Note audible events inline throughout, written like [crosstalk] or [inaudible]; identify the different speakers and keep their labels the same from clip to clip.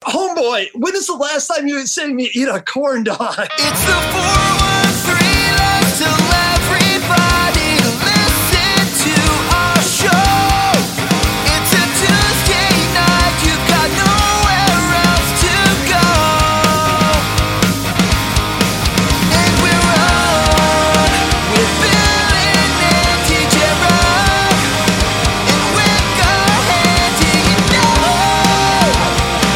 Speaker 1: homeboy, when is the last time you had seen me eat a corn dog?
Speaker 2: It's the 413 Love Till Everybody. Listen to our show. It's a Tuesday night. You've got nowhere else to go. And we're on with Bill and Nancy Gerard. And we're ahead, do you know?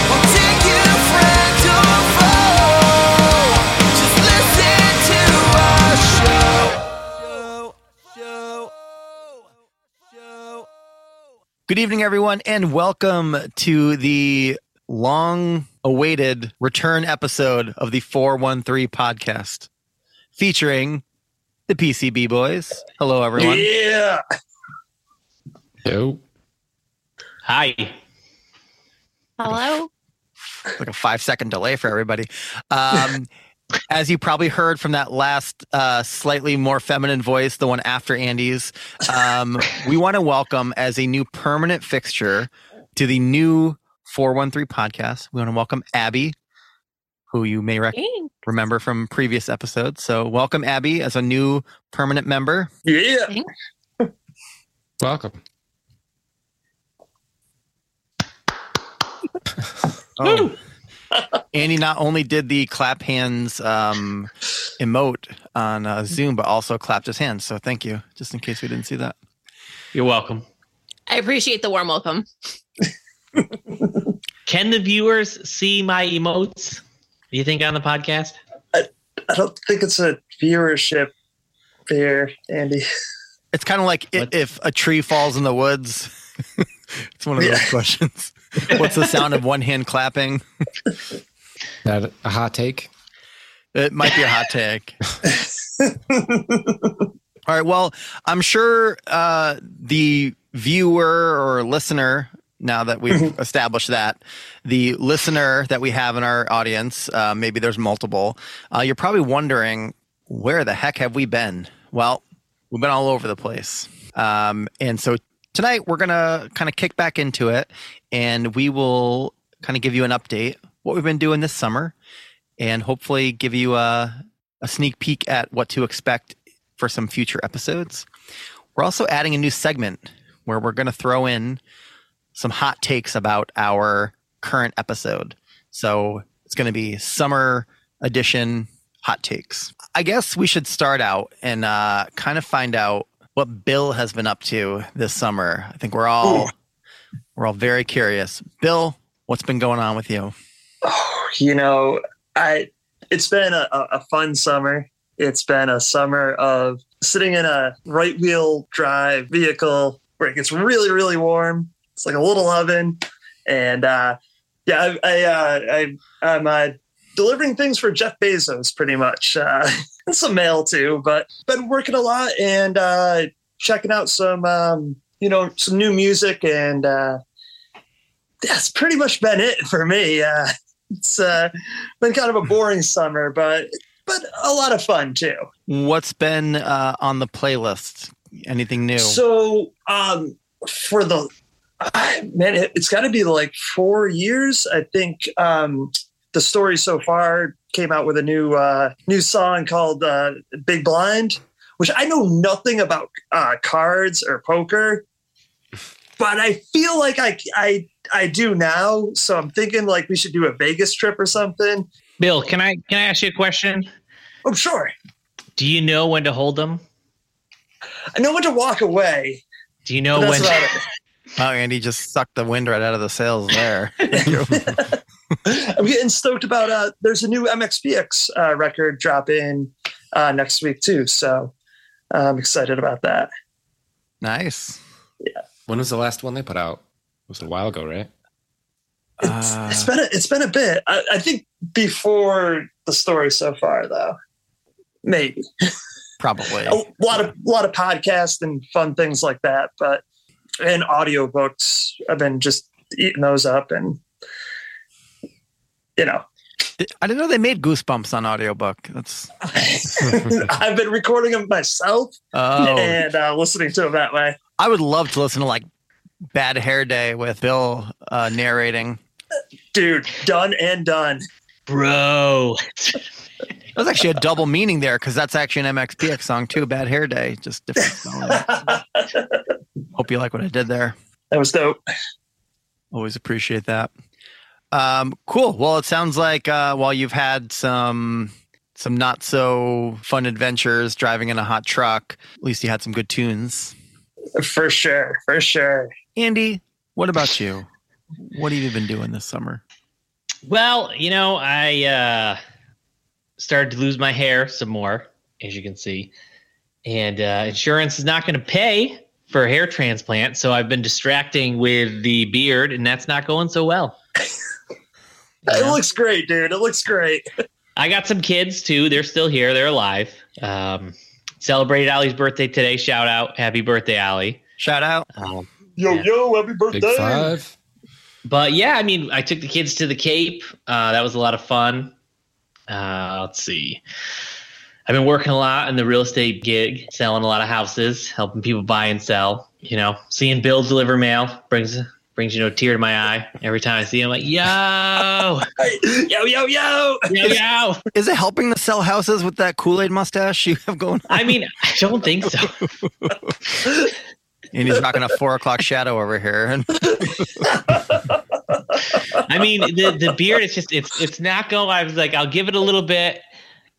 Speaker 2: We'll take you friend or foe. Just listen to our show. Show, show, show.
Speaker 3: Good evening, everyone, and welcome to the long awaited return episode of the 413 podcast featuring the PCB boys. Hello, everyone.
Speaker 1: Yeah.
Speaker 4: Yo.
Speaker 5: Hi.
Speaker 6: Hello?
Speaker 3: like a five second delay for everybody. Um, as you probably heard from that last uh, slightly more feminine voice, the one after Andy's, um, we want to welcome as a new permanent fixture to the new 413 podcast. We want to welcome Abby, who you may rec- remember from previous episodes. So, welcome Abby as a new permanent member.
Speaker 1: Yeah.
Speaker 4: Welcome.
Speaker 3: Oh. Andy not only did the clap hands um, emote on uh, Zoom, but also clapped his hands. So thank you, just in case we didn't see that.
Speaker 5: You're welcome.
Speaker 6: I appreciate the warm welcome.
Speaker 5: Can the viewers see my emotes? Do you think on the podcast?
Speaker 1: I don't think it's a viewership there, Andy.
Speaker 3: It's kind of like i
Speaker 5: What?
Speaker 3: if a tree falls in the woods. [laughs] it's one of those
Speaker 1: Yeah.
Speaker 3: questions. What's the sound of one hand clapping?
Speaker 4: That a hot take?
Speaker 3: It might be a hot take. All right. Well, I'm sure uh, the viewer or listener, now that we've established that, the listener that we have in our audience, uh, maybe there's multiple, uh, you're probably wondering where the heck have we been? Well, we've been all over the place. Um, and so tonight we're going to kind of kick back into it and we will kind of give you an update what we've been doing this summer and hopefully give you a, a sneak peek at what to expect for some future episodes. We're also adding a new segment where we're going to throw in some hot takes about our current episode. So it's going to be summer edition hot takes. I guess we should start out and uh, kind of find out what Bill has been up to this summer. I think we're all we're all very curious. Bill, what's been going on with you?
Speaker 1: Oh, [sighs] you know, I it's been a, a a fun summer. It's been a summer of sitting in a right wheel drive vehicle where it gets really, really warm. It's like a little oven, and uh, yeah, I, I, uh, I I'm uh, delivering things for Jeff Bezos pretty much, uh, [laughs] and some mail too. But been working a lot and uh, checking out some um, you know some new music, and uh, that's pretty much been it for me. Uh, it's uh, been kind of a boring summer, but but a lot of fun too.
Speaker 3: What's been uh, on the playlist? Anything new?
Speaker 1: So um, for the I man, it, it's got to be like four years. I think um, the story so far came out with a new uh, new song called uh, "Big Blind," which I know nothing about uh, cards or poker, but I feel like I I I do now. So I'm thinking like we should do a Vegas trip or something.
Speaker 5: Bill, can I can I ask you a question?
Speaker 1: Oh, sure.
Speaker 5: Do you know when to hold them?
Speaker 1: I know when to walk away.
Speaker 5: Do you know
Speaker 1: but that's
Speaker 5: when
Speaker 1: about it.
Speaker 3: Oh, Andy just sucked the wind right out of the sails
Speaker 1: [laughs]
Speaker 3: there.
Speaker 1: I'm getting stoked about uh there's a new MXPX uh, record drop in uh, next week too. So uh, I'm excited about that.
Speaker 3: nice.
Speaker 4: When was the last one they put out? It was a while ago, right?
Speaker 1: It's,
Speaker 3: Uh,
Speaker 1: it's been a, it's been a bit. I, I think before the story so far though. Maybe
Speaker 3: Probably.
Speaker 1: a lot of lot of podcasts and fun things like that, but and audiobooks. I've been just eating those up and you know, [laughs]
Speaker 3: I didn't know they made Goosebumps on audiobook. That's
Speaker 1: I've been recording them myself
Speaker 3: oh,
Speaker 1: and uh, listening to them that way.
Speaker 3: I would love to listen to like Bad Hair Day with Bill uh, narrating.
Speaker 1: dude, done and done.
Speaker 5: Bro. [laughs]
Speaker 3: That was actually a double meaning there because that's actually an MXPX song too. Bad Hair Day, just
Speaker 1: [laughs]
Speaker 3: different.
Speaker 1: [laughs]
Speaker 3: song.
Speaker 1: that
Speaker 3: Hope you like what I did there.
Speaker 1: was dope.
Speaker 3: Always appreciate that. Um, cool. Well, it sounds like uh, while you've had some some not so fun adventures driving in a hot truck, at least you had some good tunes.
Speaker 1: For sure. For sure.
Speaker 3: Andy, what about you? What have you been doing this summer?
Speaker 5: Well, you know, I uh, started to lose my hair some more, as you can see, and uh, insurance is not going to pay for a hair transplant, so I've been distracting with the beard, and that's not going so well.
Speaker 1: It
Speaker 5: Yeah.
Speaker 1: looks great, dude. It looks great.
Speaker 5: I got some kids too; they're still here, they're alive. Um, celebrated Allie's birthday today. Shout out, happy birthday, Allie!
Speaker 3: Shout out.
Speaker 5: Um,
Speaker 1: Yo,
Speaker 5: Yeah.
Speaker 1: yo, happy
Speaker 4: Big
Speaker 1: birthday. [laughs]
Speaker 4: five.
Speaker 5: but yeah, I mean, I took the kids to the Cape. Uh, that was a lot of fun. Uh, let's see. I've been working a lot in the real estate gig, selling a lot of houses, helping people buy and sell. You know, seeing Bill deliver mail brings brings you know a tear to my eye every time I see him. Like, yo,
Speaker 1: Yo, yo, yo.
Speaker 5: yo, yo.
Speaker 3: Is it helping to sell houses with that Kool Aid mustache you have going?
Speaker 5: I mean, I don't think so.
Speaker 3: And he's rocking a four o'clock shadow over here. And
Speaker 5: I mean, the the beard it's just it's it's not going. I was like, I'll give it a little bit,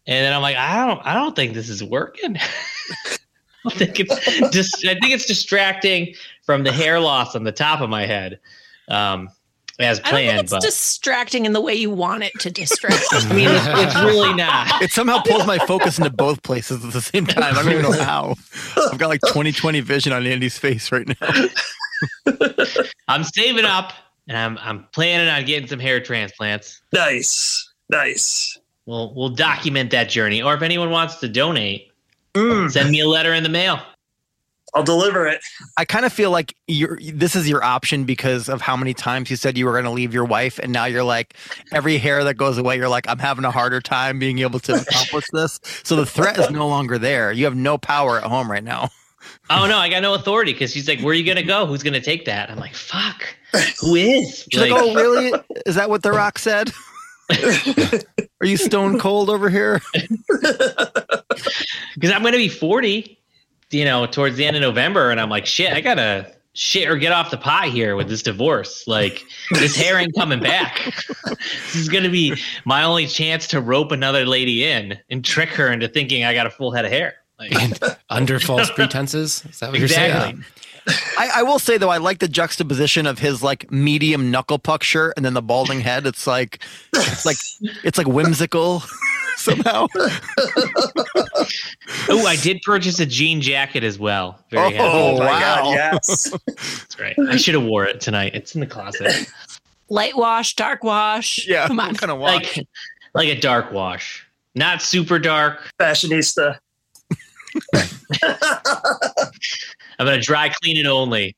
Speaker 5: and then I'm like, I don't I don't think this is working. [laughs] I think it's just I think it's distracting from the hair loss on the top of my head, um, as
Speaker 6: I don't think
Speaker 5: planned.
Speaker 6: it's
Speaker 5: But
Speaker 6: distracting in the way you want it to distract.
Speaker 4: [laughs]
Speaker 5: I mean, it's, [laughs] it's really not.
Speaker 3: it somehow pulls my focus into both places at the same time. I don't even know how. I've got like 2020 vision on Andy's face right now.
Speaker 5: I'm saving up, and I'm I'm planning on getting some hair transplants.
Speaker 1: Nice. Nice.
Speaker 5: We'll we'll document that journey, or if anyone wants to donate,
Speaker 1: Mm,
Speaker 5: send me a letter in the mail.
Speaker 1: I'll deliver it.
Speaker 3: I kind of feel like you're, this is your option because of how many times you said you were going to leave your wife, and now you're like, every hair that goes away, you're like, I'm having a harder time being able to accomplish this. So the threat is no longer there. You have no power at home right now.
Speaker 5: oh no, I got no authority because she's like, "Where are you gonna go? Who's gonna take that?" I'm like, "Fuck,
Speaker 3: [laughs]
Speaker 5: who is?"
Speaker 3: She's like, oh, really? Is that what The Rock said? Are you stone cold over here?
Speaker 5: because I'm gonna be 40, you know, towards the end of November, and I'm like, shit, I gotta shit or get off the pot here with this divorce. Like, this hair ain't coming back. [laughs] this is gonna be my only chance to rope another lady in and trick her into thinking I got a full head of hair.
Speaker 3: [laughs]
Speaker 5: Like,
Speaker 4: And under
Speaker 5: [laughs]
Speaker 4: false pretenses. Is that what you're
Speaker 5: exactly.
Speaker 4: saying?
Speaker 3: I, I will say though, I like the juxtaposition of his like medium knuckle puck shirt and then the balding head. It's like, it's like, it's like whimsical [laughs] somehow.
Speaker 5: Oh, I did purchase a jean jacket as well. Very happy.
Speaker 3: Oh,
Speaker 1: my
Speaker 3: wow.
Speaker 1: God. [laughs] Yes.
Speaker 5: That's right. I should have wore it tonight. It's in the closet,
Speaker 6: Light wash, dark wash.
Speaker 3: Yeah,
Speaker 6: Come on.
Speaker 3: kind of walk.
Speaker 5: like like a dark wash, not super dark.
Speaker 1: Fashionista.
Speaker 5: I'm gonna dry clean it only.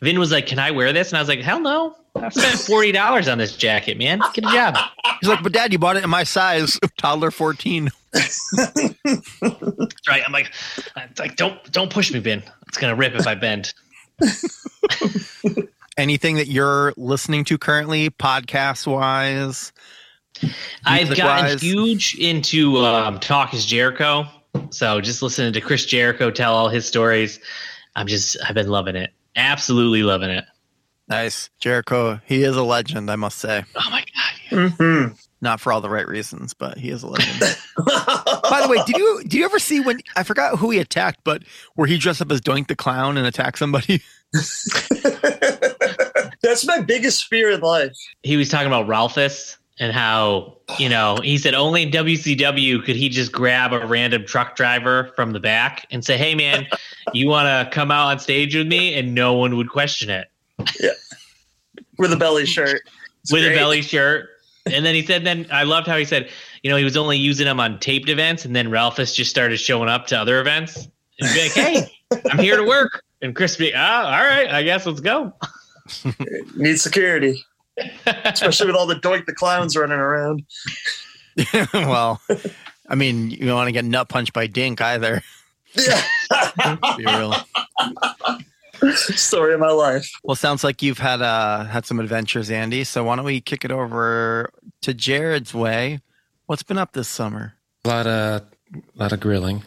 Speaker 5: Vin was like, "Can I wear this?" And I was like, "Hell no! I [laughs] spent forty dollars on this jacket, man. Get a job."
Speaker 3: He's like, but dad, you bought it in my size, [laughs] toddler 14.
Speaker 5: That's right. I'm like, I'm like, don't don't push me, Vin. It's gonna rip if I bend.
Speaker 3: Anything that you're listening to currently, podcast wise?
Speaker 5: [laughs] I've gotten
Speaker 3: Music-wise.
Speaker 5: huge into um, Talk is Jericho, so just listening to Chris Jericho tell all his stories. I'm just, I've been loving it. Absolutely loving it.
Speaker 3: Nice. Jericho, he is a legend, I must say.
Speaker 5: Oh my god!
Speaker 1: Mhm. [laughs]
Speaker 3: Not for all the right reasons, but he is a legend. By the way, did you do you ever see when I forgot who he attacked, but where he dressed up as Doink the Clown and attacked somebody? [laughs]
Speaker 1: That's my biggest fear in life.
Speaker 5: He was talking about Ralphus and how you know he said only in WCW could he just grab a random truck driver from the back and say,
Speaker 1: [laughs]
Speaker 5: "Hey man, you want to come out on stage with me?" And no one would question it
Speaker 1: With a belly shirt. It's
Speaker 5: with
Speaker 1: great.
Speaker 5: a
Speaker 1: [laughs]
Speaker 5: belly shirt. And then he said, "Then I loved how he said, you know, he was only using them on taped events, and then Ralphus just started showing up to other events and be like, "Hey, I'm here to work." And Chris be, "Ah, all right, I guess let's go."
Speaker 1: Need
Speaker 5: [laughs]
Speaker 1: security, especially with all the doink the clowns running around.
Speaker 3: well, I mean, you don't want to get nut punched by Dink either.
Speaker 1: Yeah.
Speaker 3: to Be real.
Speaker 1: [laughs] Story of my life.
Speaker 3: Well, sounds like you've had uh, had some adventures, Andy. So why don't we kick it over to Jared's way? What's been up this summer?
Speaker 4: A lot of, lot of grilling.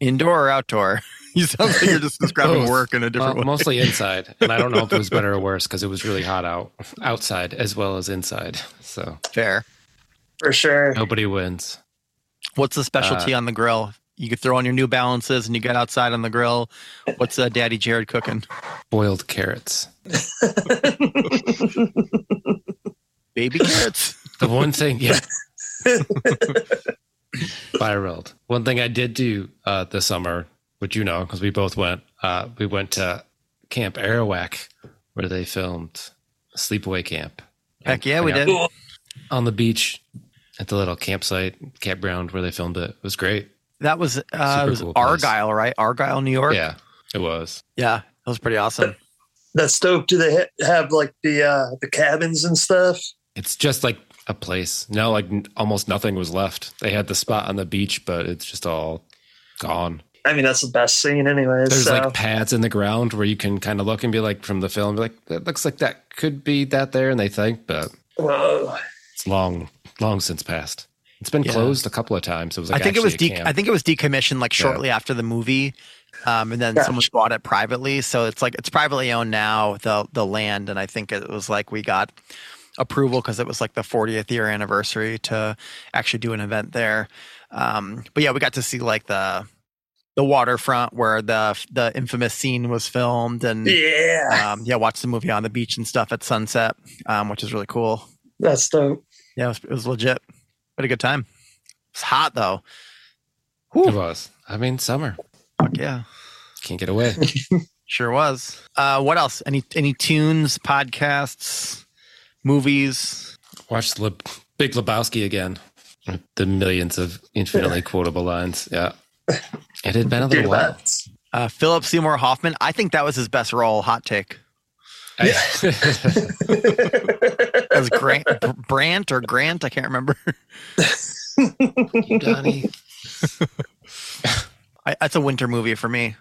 Speaker 3: Indoor or outdoor? [laughs] You sound like you're
Speaker 4: [laughs]
Speaker 3: just describing
Speaker 4: Both.
Speaker 3: work in a different
Speaker 4: Well,
Speaker 3: way.
Speaker 4: mostly inside, and I don't know if it was better or worse because it was really hot out outside as well as inside. So
Speaker 3: Fair.
Speaker 1: For sure.
Speaker 4: nobody wins.
Speaker 3: What's the specialty on the grill? You could throw on your New Balances and you get outside on the grill. What's uh, Daddy Jared cooking?
Speaker 4: Boiled carrots.
Speaker 3: Baby carrots.
Speaker 4: The one
Speaker 3: [laughs]
Speaker 4: thing, yeah. Spiraled. One thing I did do uh, this summer, which you know, because we both went, uh, we went to Camp Arawak where they filmed Sleepaway Camp.
Speaker 3: Heck yeah, we
Speaker 4: Yeah.
Speaker 3: did.
Speaker 4: On the beach at the little campsite, campground where they filmed it. It was great.
Speaker 3: That was, uh, it
Speaker 4: Super
Speaker 3: was
Speaker 4: cool place.
Speaker 3: Argyle, right? Argyle, New York.
Speaker 4: Yeah, it was.
Speaker 3: Yeah, that was pretty awesome.
Speaker 1: That stove, do they ha- have like the uh, the cabins and stuff?
Speaker 4: It's just like a place. Now, like n- almost nothing was left. They had the spot on the beach, but it's just all gone.
Speaker 1: I mean, that's the best scene, anyways.
Speaker 4: There's
Speaker 1: so.
Speaker 4: like pads in the ground where you can kind of look and be like from the film, be like that looks like that could be that there, and they think, but
Speaker 1: Whoa.
Speaker 4: it's long, long since passed. It's been
Speaker 3: Yeah.
Speaker 4: closed a couple of times. It was like
Speaker 3: I think it was
Speaker 4: actually a
Speaker 3: de-
Speaker 4: camp.
Speaker 3: I think it was decommissioned like shortly after the movie, um, and then
Speaker 1: Gotcha.
Speaker 3: someone bought it privately. So it's like it's privately owned now the the land, and I think it was like we got approval because it was like the 40th year anniversary to actually do an event there. Um, but yeah, we got to see like the the waterfront where the the infamous scene was filmed, and
Speaker 1: Yeah.
Speaker 3: um, yeah, watch the movie on the beach and stuff at sunset, um, which is really cool.
Speaker 1: That's dope.
Speaker 3: Yeah, it was, it was legit. Had a good time. It's hot though.
Speaker 4: it was. I mean, summer
Speaker 3: Fuck yeah.
Speaker 4: can't get
Speaker 3: [laughs]
Speaker 4: away.
Speaker 3: Sure was. Uh, what else? Any any tunes, podcasts, movies?
Speaker 4: Watch the Le- Big Lebowski again. The millions of infinitely quotable lines. Yeah, it had been a
Speaker 1: Dude,
Speaker 4: little while.
Speaker 1: that's-
Speaker 3: Uh, Philip Seymour Hoffman. I think that was his best role. Hot take. That was Grant Br- Brant or Grant. I can't remember. [laughs]
Speaker 4: You, Donnie.
Speaker 3: I, that's a winter movie for me.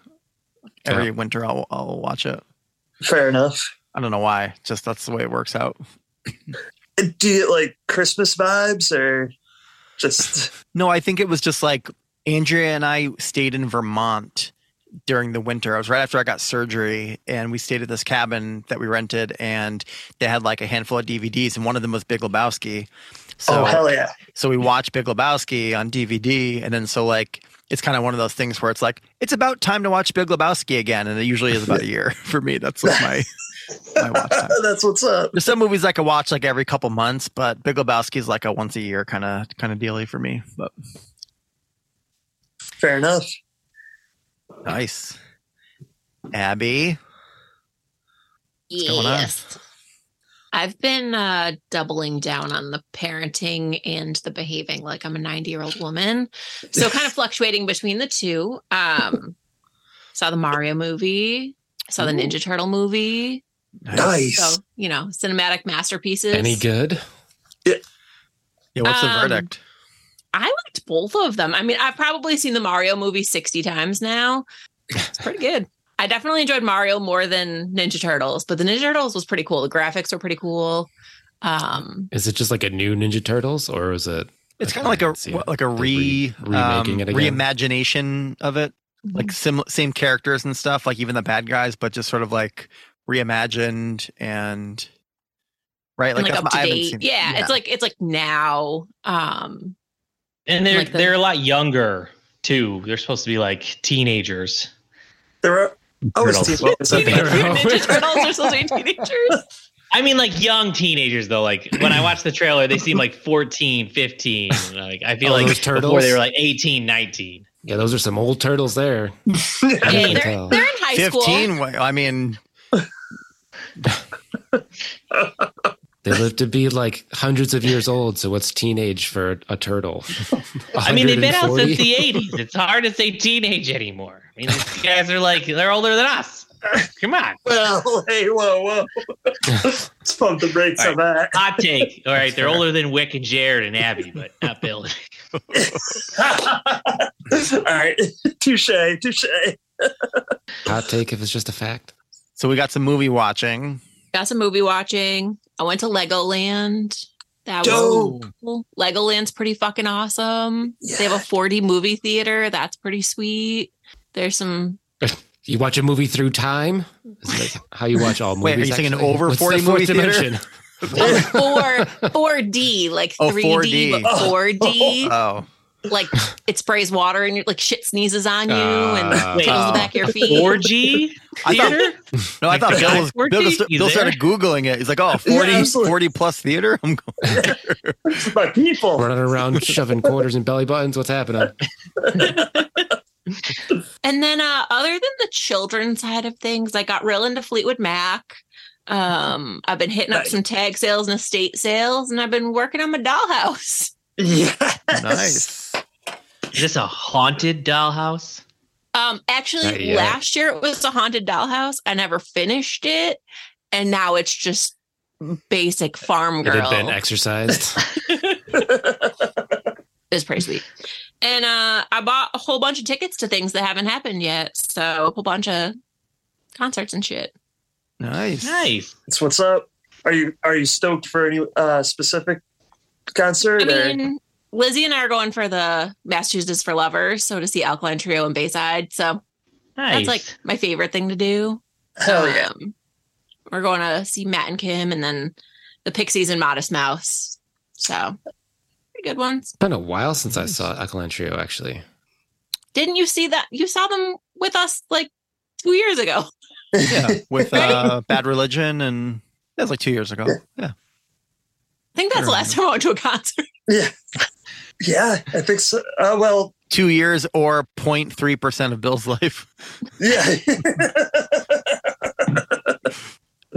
Speaker 3: Every
Speaker 4: Yeah.
Speaker 3: winter, I'll I'll watch it.
Speaker 1: [laughs] Fair enough.
Speaker 3: I don't know why. Just that's the way it works out.
Speaker 1: Do you get like Christmas vibes or just
Speaker 3: No, I think it was just like Andrea and I stayed in Vermont during the winter. It was right after I got surgery, and we stayed at this cabin that we rented, and they had like a handful of DVDs, and one of them was Big Lebowski. So,
Speaker 1: oh hell yeah?
Speaker 3: so we watched Big Lebowski on DVD, and then so like it's kind of one of those things where it's like it's about time to watch Big Lebowski again, and it usually is about a year [laughs] for me. That's like my
Speaker 1: [laughs]
Speaker 3: my watch time.
Speaker 1: that's what's up.
Speaker 3: There's some movies I could watch like every couple months, but Big Lebowski is like a once a year kind of kind of dealy for me. But
Speaker 1: Fair enough.
Speaker 3: Nice. Abby. going on?
Speaker 6: Yes. I've been uh, doubling down on the parenting and the behaving like I'm a 90 year old woman. So kind of fluctuating between the two. Um, saw the Mario movie, saw the Ninja Turtle movie.
Speaker 1: Nice.
Speaker 6: So, you know, cinematic masterpieces.
Speaker 4: [laughs] Any good?
Speaker 3: Yeah, what's the
Speaker 6: Um,
Speaker 3: verdict?
Speaker 6: I liked both of them. I mean, I've probably seen the Mario movie 60 times now. It's pretty good. I definitely enjoyed Mario more than Ninja Turtles, but the Ninja Turtles was pretty cool. The graphics were pretty cool. Um,
Speaker 4: Is it just like a new Ninja Turtles, or is it?
Speaker 3: It's kind of like a
Speaker 4: See
Speaker 3: what,
Speaker 4: it.
Speaker 3: like a
Speaker 4: They're
Speaker 3: re,
Speaker 4: remaking
Speaker 3: um,
Speaker 4: it again.
Speaker 3: reimagination of it. Like
Speaker 6: Hmm.
Speaker 3: sim- same characters and stuff, like even the bad guys, but just sort of like reimagined and right,
Speaker 6: and, like,
Speaker 3: that's
Speaker 6: up
Speaker 3: my-
Speaker 6: to
Speaker 3: I haven't
Speaker 6: date.
Speaker 3: seen-
Speaker 6: Yeah, it's like it's like now. Um,
Speaker 5: And they're
Speaker 6: Like the-
Speaker 5: they're a lot younger too. They're supposed to be like teenagers.
Speaker 1: There are always
Speaker 5: Turtles.
Speaker 1: people.
Speaker 6: teenage
Speaker 4: they're all-
Speaker 6: Ninja Turtles are supposed to be teenagers.
Speaker 5: I mean like young teenagers though. Like when I watched the trailer, they seem like 14, 15. Like I feel
Speaker 4: Oh,
Speaker 5: like
Speaker 4: those
Speaker 5: before
Speaker 4: turtles?
Speaker 5: they were like 18, 19.
Speaker 4: Yeah, those are some old
Speaker 3: [laughs]
Speaker 4: turtles there.
Speaker 6: Yeah,
Speaker 4: can
Speaker 6: they're,
Speaker 4: tell.
Speaker 6: they're in high school.
Speaker 3: fifteen. wa- I mean,
Speaker 4: They live to be like hundreds of years old. So what's teenage for a turtle?
Speaker 5: [laughs] I mean they've been out
Speaker 4: 140?
Speaker 5: since the 80s. It's hard to say teenage anymore. I mean these guys are like they're older than us. Come on.
Speaker 1: well, [laughs] hey, whoa, whoa. Let's pump the brakes on that.
Speaker 5: Hot take. All right, they're older than Wick and Jared and Abby, but
Speaker 6: [laughs]
Speaker 5: not Bill.
Speaker 1: [laughs] All right, touche, touche.
Speaker 4: Hot take if it's just a fact.
Speaker 3: So we got some movie
Speaker 6: [laughs]
Speaker 3: watching.
Speaker 6: Got some movie watching. I went to Legoland. That
Speaker 1: Dope.
Speaker 6: was cool. Legoland's pretty fucking awesome. They have a 40 movie theater. That's pretty sweet. There's some [laughs]
Speaker 4: You watch a movie through time? Is that how you watch all
Speaker 3: [laughs]
Speaker 4: movies?
Speaker 3: Wait, are you
Speaker 4: actually?
Speaker 3: thinking over
Speaker 4: What's the
Speaker 3: 40
Speaker 4: fourth
Speaker 3: movie theater? [laughs]
Speaker 6: oh, four 4D, like
Speaker 3: Oh, 4D.
Speaker 6: 3D, but
Speaker 1: [laughs]
Speaker 6: 4D.
Speaker 3: Oh,
Speaker 6: Like it sprays water and you're like shit sneezes on you
Speaker 4: Ah.
Speaker 6: and tickles
Speaker 3: Oh.
Speaker 6: the back of your feet.
Speaker 5: 4G
Speaker 3: I thought-
Speaker 5: theater?
Speaker 3: no, I
Speaker 5: Like
Speaker 3: thought
Speaker 5: the
Speaker 3: Bill
Speaker 5: guy
Speaker 3: was
Speaker 5: working?
Speaker 3: Bill, just,
Speaker 5: He's
Speaker 3: Bill started
Speaker 5: there?
Speaker 3: Googling it. He's like, oh, 40,
Speaker 1: Yeah, absolutely.
Speaker 3: 40 plus theater? I'm going,
Speaker 1: This is my people.
Speaker 4: Running
Speaker 3: [laughs]
Speaker 4: around shoving quarters and belly buttons. What's happening?
Speaker 6: And then uh, other than the children's side of things, I got real into Fleetwood Mac. Um, I've been hitting up
Speaker 1: Nice.
Speaker 6: some tag sales and estate sales, and I've been working on my dollhouse.
Speaker 1: [laughs] Yes.
Speaker 3: nice.
Speaker 5: Is this a haunted dollhouse?
Speaker 6: Um,
Speaker 4: Not
Speaker 6: actually,
Speaker 4: yet.
Speaker 6: last year it was a haunted dollhouse. I never finished it, and now it's just basic farm
Speaker 4: It had
Speaker 6: girl.
Speaker 4: been exercised.
Speaker 6: It's pretty sweet. And uh, I bought a whole bunch of tickets to things that haven't happened yet, so a whole bunch of concerts and shit.
Speaker 3: Nice.
Speaker 5: Nice.
Speaker 1: That's what's up. Are you are you stoked for any uh, specific concert?
Speaker 6: I
Speaker 1: or-
Speaker 6: mean, Lizzie and I are going for the Massachusetts for Lovers, so to see Alkaline Trio and Bayside. So
Speaker 5: Nice.
Speaker 6: that's like my favorite thing to do.
Speaker 1: hell Oh,
Speaker 6: [laughs]
Speaker 1: yeah!
Speaker 6: Um, we're going to see Matt and Kim and then the Pixies and Modest Mouse. So, pretty good ones.
Speaker 4: It's been a while since I saw Alkaline Trio, actually.
Speaker 6: Didn't you see that? You saw them with us like two years ago.
Speaker 3: Yeah, [laughs] with uh, Bad Religion and that was like two years ago. Yeah.
Speaker 6: I think that's
Speaker 3: Mm-hmm.
Speaker 6: the last time I went to a concert.
Speaker 1: Yeah, [laughs] yeah. I think so. Uh, well,
Speaker 3: Two years or 0.3% of Bill's [laughs] life.
Speaker 1: yeah. [laughs]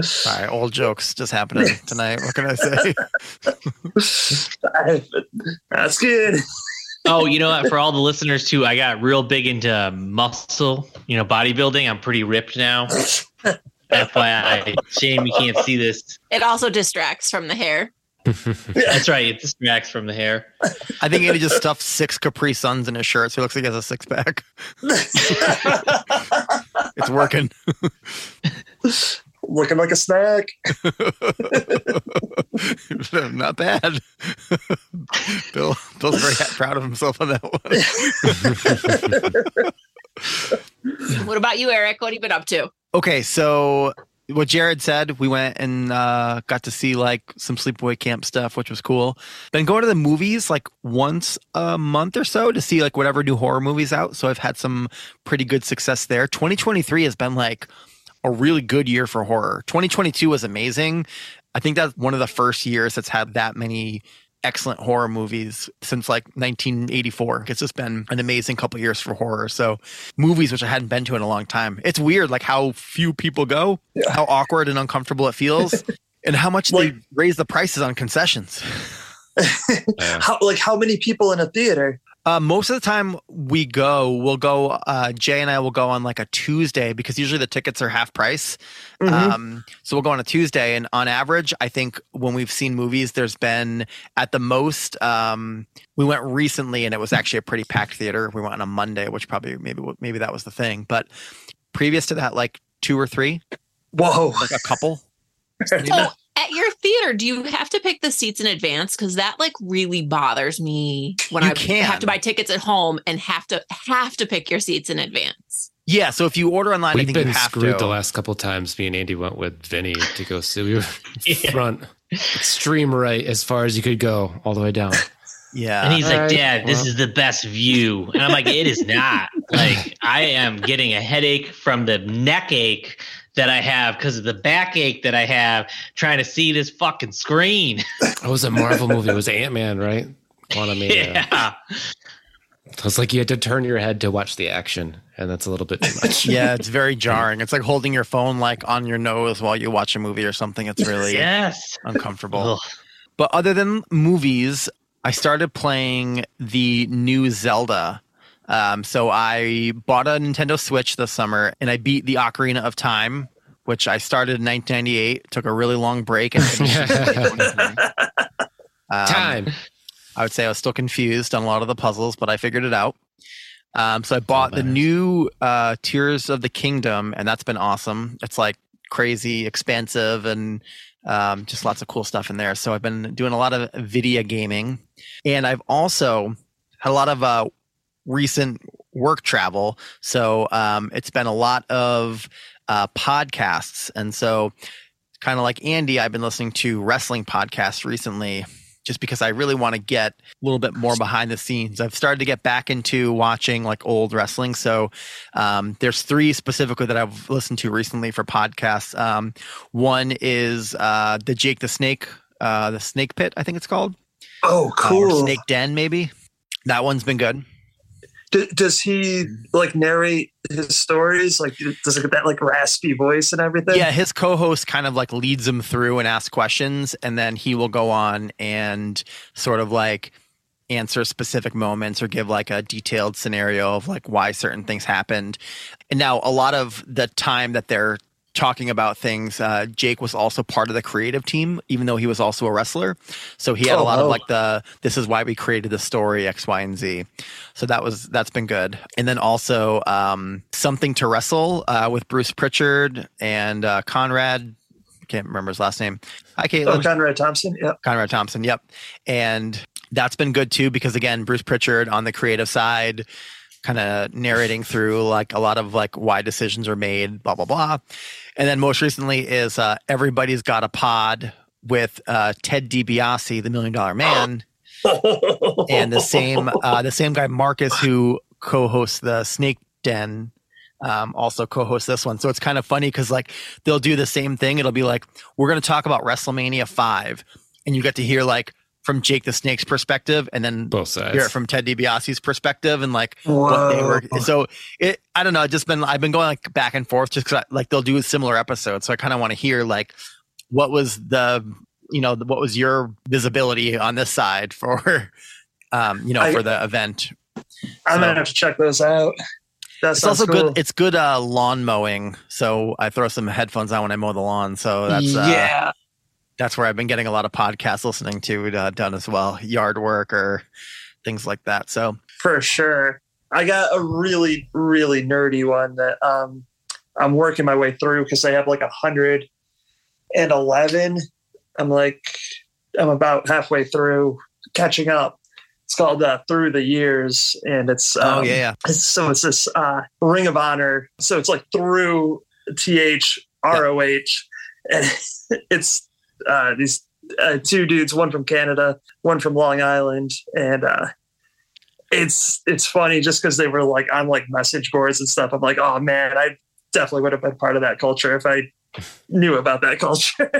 Speaker 3: Sorry, old jokes just happening [laughs] tonight. What can I say?
Speaker 1: That's good. [laughs]
Speaker 5: oh, you know what? For all the listeners too, I got real big into muscle, you know, bodybuilding. I'm pretty ripped now. FYI, shame you can't see this.
Speaker 6: It also distracts from
Speaker 3: [clears throat]
Speaker 6: the hair.
Speaker 5: That's right. It distracts from the hair.
Speaker 3: I think Andy just stuffed six Capri Suns in his shirt, so he looks like he has a six pack. It's working. [laughs]
Speaker 1: Looking like a snack.
Speaker 3: Not bad. [laughs] Bill, Bill's very proud of himself on that one.
Speaker 6: What about you, Eric? What have you been up to?
Speaker 3: Okay, so what Jared said, we went and uh, got to see like some sleepaway camp stuff, which was cool. Been going to the movies like once a month or so to see like whatever new horror movies out. So I've had some pretty good success there. 2023 has been like a really good year for horror. 2022 was amazing. I think that's one of the first years that's had that many excellent horror movies since like 1984. It's just been an amazing couple years for horror. So movies which I hadn't been to in a long time. It's weird like how few people go,
Speaker 1: Yeah.
Speaker 3: how awkward and uncomfortable it feels. And how much
Speaker 1: Like-
Speaker 3: they raise the prices on concessions.
Speaker 4: Yeah.
Speaker 1: How like how many people in a theater?
Speaker 3: Uh, most of the time we go, we'll go. Uh, Jay and I will go on like a Tuesday because usually the tickets are half price.
Speaker 4: Mm-hmm.
Speaker 1: Mhm.
Speaker 3: Um, so we'll go on a Tuesday, and on average, I think when we've seen movies, there's been at the most. Um, we went recently, and it was actually a pretty packed theater. We went on a Monday, which probably maybe maybe that was the thing. But previous to that, like two or three, [laughs]
Speaker 1: Whoa!
Speaker 3: like a couple.
Speaker 6: So, Oh, at your theater, do you have to pick the seats in advance? Because that like really bothers me when
Speaker 3: You
Speaker 6: I
Speaker 3: can.
Speaker 6: have to buy tickets at home and have to have to pick your seats in advance.
Speaker 3: Yeah. So if you order online, I
Speaker 4: We've
Speaker 3: think you
Speaker 4: been
Speaker 3: have
Speaker 4: screwed
Speaker 3: to.
Speaker 4: the last couple times me and Andy went with Vinny to go
Speaker 3: [laughs]
Speaker 4: see. We were
Speaker 5: Yeah.
Speaker 4: front, extreme right, as far as you could go, all the way down.
Speaker 5: And
Speaker 3: yeah.
Speaker 5: he's
Speaker 4: All
Speaker 5: like,
Speaker 4: right,
Speaker 5: Dad, this
Speaker 4: well."
Speaker 5: is the best view. And I'm like, it is not. Like, I am getting a headache from the neck ache that I have because of the back ache that I have trying to see this fucking screen. [laughs]
Speaker 4: It was a Marvel movie. It was Ant Man, right? Quantumania.
Speaker 5: [laughs] Yeah.
Speaker 4: It's like you had to turn your head to watch the action, and that's a little bit too
Speaker 5: [laughs]
Speaker 4: much.
Speaker 3: Yeah, it's very jarring. It's like holding your phone like on your nose while you watch a movie or something. It's really
Speaker 5: Yes.
Speaker 3: uncomfortable.
Speaker 5: Ugh.
Speaker 3: But other than movies, I started playing the new Zelda. Um, so I bought a Nintendo Switch this summer and I beat the Ocarina of Time, which I started in 1998, took a really long break. And finished in 2020. Um,
Speaker 4: [laughs] Time.
Speaker 3: I would say I was still confused on a lot of the puzzles, but I figured it out. Um, so I bought the
Speaker 4: matters.
Speaker 3: new uh, Tears of the Kingdom, and that's been awesome. It's like crazy expansive and um, just lots of cool stuff in there. So I've been doing a lot of video gaming, and I've also had a lot of uh, recent work travel. So um, it's been a lot of uh, podcasts, and so kind of like Andy, I've been listening to wrestling podcasts recently. Just because I really want to get a little bit more behind the scenes, I've started to get back into watching like old wrestling. So um, there's three specifically that I've listened to recently for podcasts. Um, one is uh, the Jake the Snake, uh, the Snake Pit, I think it's called,
Speaker 1: Oh,
Speaker 3: uh, or
Speaker 1: cool.
Speaker 3: Snake Den, maybe. That one's been good.
Speaker 1: D- does he
Speaker 3: Mm-hmm.
Speaker 1: like narrate his stories? Like, does it get that like raspy voice and everything?
Speaker 3: yeah, his co-host kind of like leads him through and asks questions, and then he will go on and sort of like answer specific moments or give like a detailed scenario of like why certain things happened. And now a lot of the time that they're talking about things, uh, Jake was also part of the creative team, even though he was also a wrestler. So he had a
Speaker 1: Oh,
Speaker 3: lot of
Speaker 1: wow.
Speaker 3: like the this is why we created the story X, Y, and Z. So that was that's been good. And then also um, something to wrestle uh, with Bruce Pritchard and uh, Conrad. Can't remember his last name. Hi, Caitlin.
Speaker 1: Oh, Conrad Thompson. Yeah.
Speaker 3: Conrad Thompson. Yep. And that's been good too because again, Bruce Pritchard on the creative side, kind of narrating through like a lot of like why decisions are made, blah blah blah. And then most recently is uh, everybody's got a pod with uh, Ted DiBiase, the Million Dollar Man, and the same uh, the same guy Marcus who co-hosts the Snake Den. Um, also co-hosts this one, so it's kind of funny because like they'll do the same thing. It'll be like we're going to talk about WrestleMania five, and you get to hear like from Jake the Snake's perspective, and then
Speaker 4: Both sides.
Speaker 3: hear it from Ted DiBiase's perspective, and like what they
Speaker 1: Whoa.
Speaker 3: were. So it, I don't know. I've just been, I've been going like back and forth just because like they'll do similar episodes. So I kind of want to hear like what was the, you know, what was your visibility on this side for, [laughs] um, you know,
Speaker 1: I-
Speaker 3: for the event.
Speaker 1: I'm
Speaker 3: So-
Speaker 1: gonna have to check those out. That's
Speaker 3: It's also good. It's good uh, lawn mowing. So I throw some headphones on when I mow the lawn. So that's uh,
Speaker 1: yeah.
Speaker 3: that's where I've been getting a lot of podcasts listening to uh, done as well, yard work or things like that. So
Speaker 1: for sure. I got a really, really nerdy one that um, I'm working my way through because I have like a hundred and eleven. I'm like, I'm about halfway through catching up. It's called uh, Through the Years, and it's um,
Speaker 3: oh
Speaker 1: [laughs]
Speaker 3: yeah, yeah.
Speaker 1: it's- so it's this uh, Ring of Honor. So it's like through T H R O H, and [laughs] it's uh, these uh, two dudes, one from Canada, one from Long Island, and uh, it's it's funny just because they were like on like message boards and stuff. I'm like, oh man, I definitely would have been part of that culture if I knew about that culture. [laughs]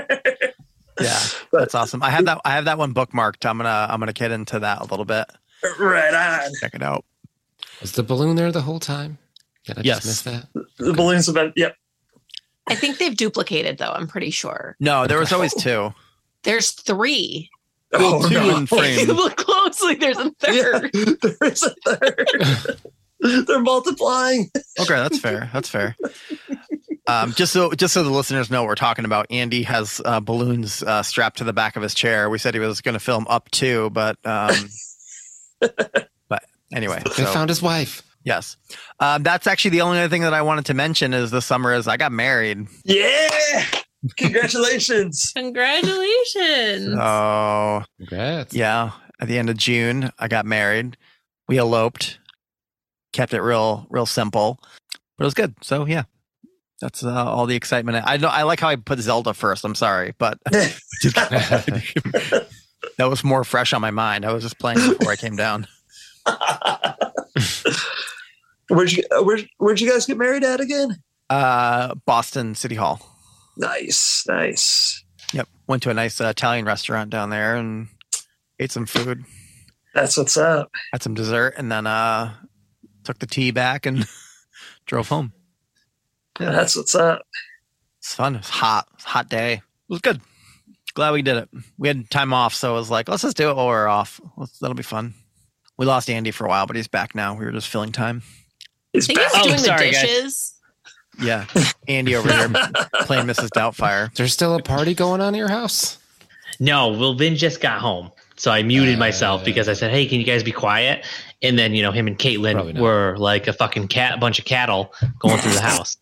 Speaker 3: yeah
Speaker 1: But-
Speaker 3: that's awesome i have that i have that one bookmarked i'm gonna i'm gonna get into that a little bit
Speaker 1: right on.
Speaker 3: check it out
Speaker 4: Was the balloon there the whole time? Did I
Speaker 3: Yes.
Speaker 4: just miss that?
Speaker 1: The balloons have been yep.
Speaker 6: I think they've duplicated though. I'm pretty sure
Speaker 3: no there
Speaker 1: [laughs]
Speaker 3: was always two
Speaker 6: there's three. [laughs]
Speaker 1: Oh,
Speaker 3: two
Speaker 1: no.
Speaker 3: in
Speaker 6: If you
Speaker 3: frame
Speaker 6: look closely, there's a third.
Speaker 1: Yeah, [laughs] there is a third. [laughs] They're multiplying.
Speaker 3: okay that's fair that's fair um, just so just so the listeners know what we're talking about andy has uh, balloons uh, strapped to the back of his chair we said he was gonna film up two but um but anyway so-
Speaker 4: They found his wife.
Speaker 3: yes um, that's actually the only other thing that i wanted to mention is this summer is i got married
Speaker 1: Yeah.
Speaker 3: [laughs]
Speaker 1: Congratulations.
Speaker 6: Congratulations.
Speaker 3: Uh, so
Speaker 4: Congrats.
Speaker 3: Yeah, at the end of June, I got married. We eloped. Kept it real, real simple, but it was good. So yeah, that's uh, all the excitement. I know I like how I put Zelda first. I'm sorry, but [laughs] that was more fresh on my mind. I was just playing before I came down.
Speaker 1: [laughs] where'd you where, where'd you guys get married at again?
Speaker 3: Uh, Boston City Hall.
Speaker 1: Nice, nice.
Speaker 3: Yep, went to a nice uh, Italian restaurant down there and ate some food,
Speaker 1: That's what's up.
Speaker 3: had some dessert, and then uh, took the tea back and [laughs] drove home.
Speaker 1: That's what's up.
Speaker 3: It's fun. It's hot. It's a hot day. It was good. Glad we did it. We had time off, so it was like, let's just do it while we're off. Let's, that'll be fun. We lost Andy for a while, but he's back now. We were just filling time.
Speaker 6: I
Speaker 1: It's
Speaker 6: think he's
Speaker 1: back.
Speaker 5: Oh,
Speaker 6: doing
Speaker 5: sorry,
Speaker 6: the
Speaker 5: guys.
Speaker 6: dishes.
Speaker 3: Yeah, Andy over here playing Mrs. Doubtfire.
Speaker 4: [laughs] There's still a party going on at your house.
Speaker 5: No, well, Vin just got home. So I muted
Speaker 4: Uh,
Speaker 5: myself because I said, hey, can you guys be quiet? And then, you know, him and
Speaker 4: Probably
Speaker 5: Caitlin
Speaker 3: [laughs]
Speaker 4: not.
Speaker 5: were like a fucking cat, bunch of cattle going through the house.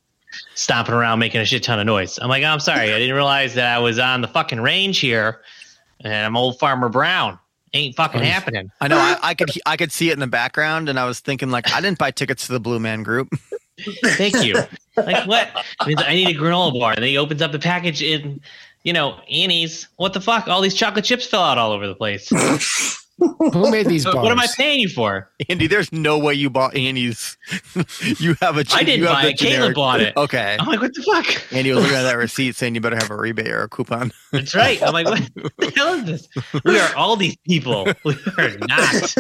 Speaker 5: stomping around making a shit ton of noise. I'm like, I'm sorry, I didn't realize that I was on the fucking range here, and I'm old Farmer Brown. Ain't
Speaker 3: Oh,
Speaker 5: fucking happening.
Speaker 3: I know. I, I could I could see it in the background, and I was thinking like I didn't buy tickets to the Blue Man Group. [laughs]
Speaker 5: Thank you. like what? I mean, I need a granola bar. And then he opens up the package in, you know, Annie's. What the fuck? All these chocolate chips fell out all over the place.
Speaker 7: Who made these bars?
Speaker 5: [laughs] what am I paying
Speaker 3: [laughs]
Speaker 5: you for?
Speaker 3: Andy, there's no way you bought Andy's. [laughs] you have a.
Speaker 5: I didn't
Speaker 3: you have
Speaker 5: buy
Speaker 3: the
Speaker 5: it. Caleb
Speaker 3: generic- Oh,
Speaker 5: bought it.
Speaker 3: Okay.
Speaker 5: I'm like, what the fuck?
Speaker 3: Andy was looking at that receipt saying you better have a rebate or a coupon.
Speaker 5: [laughs] That's right. I'm like, what [laughs] the hell is this? We are all these people. We are not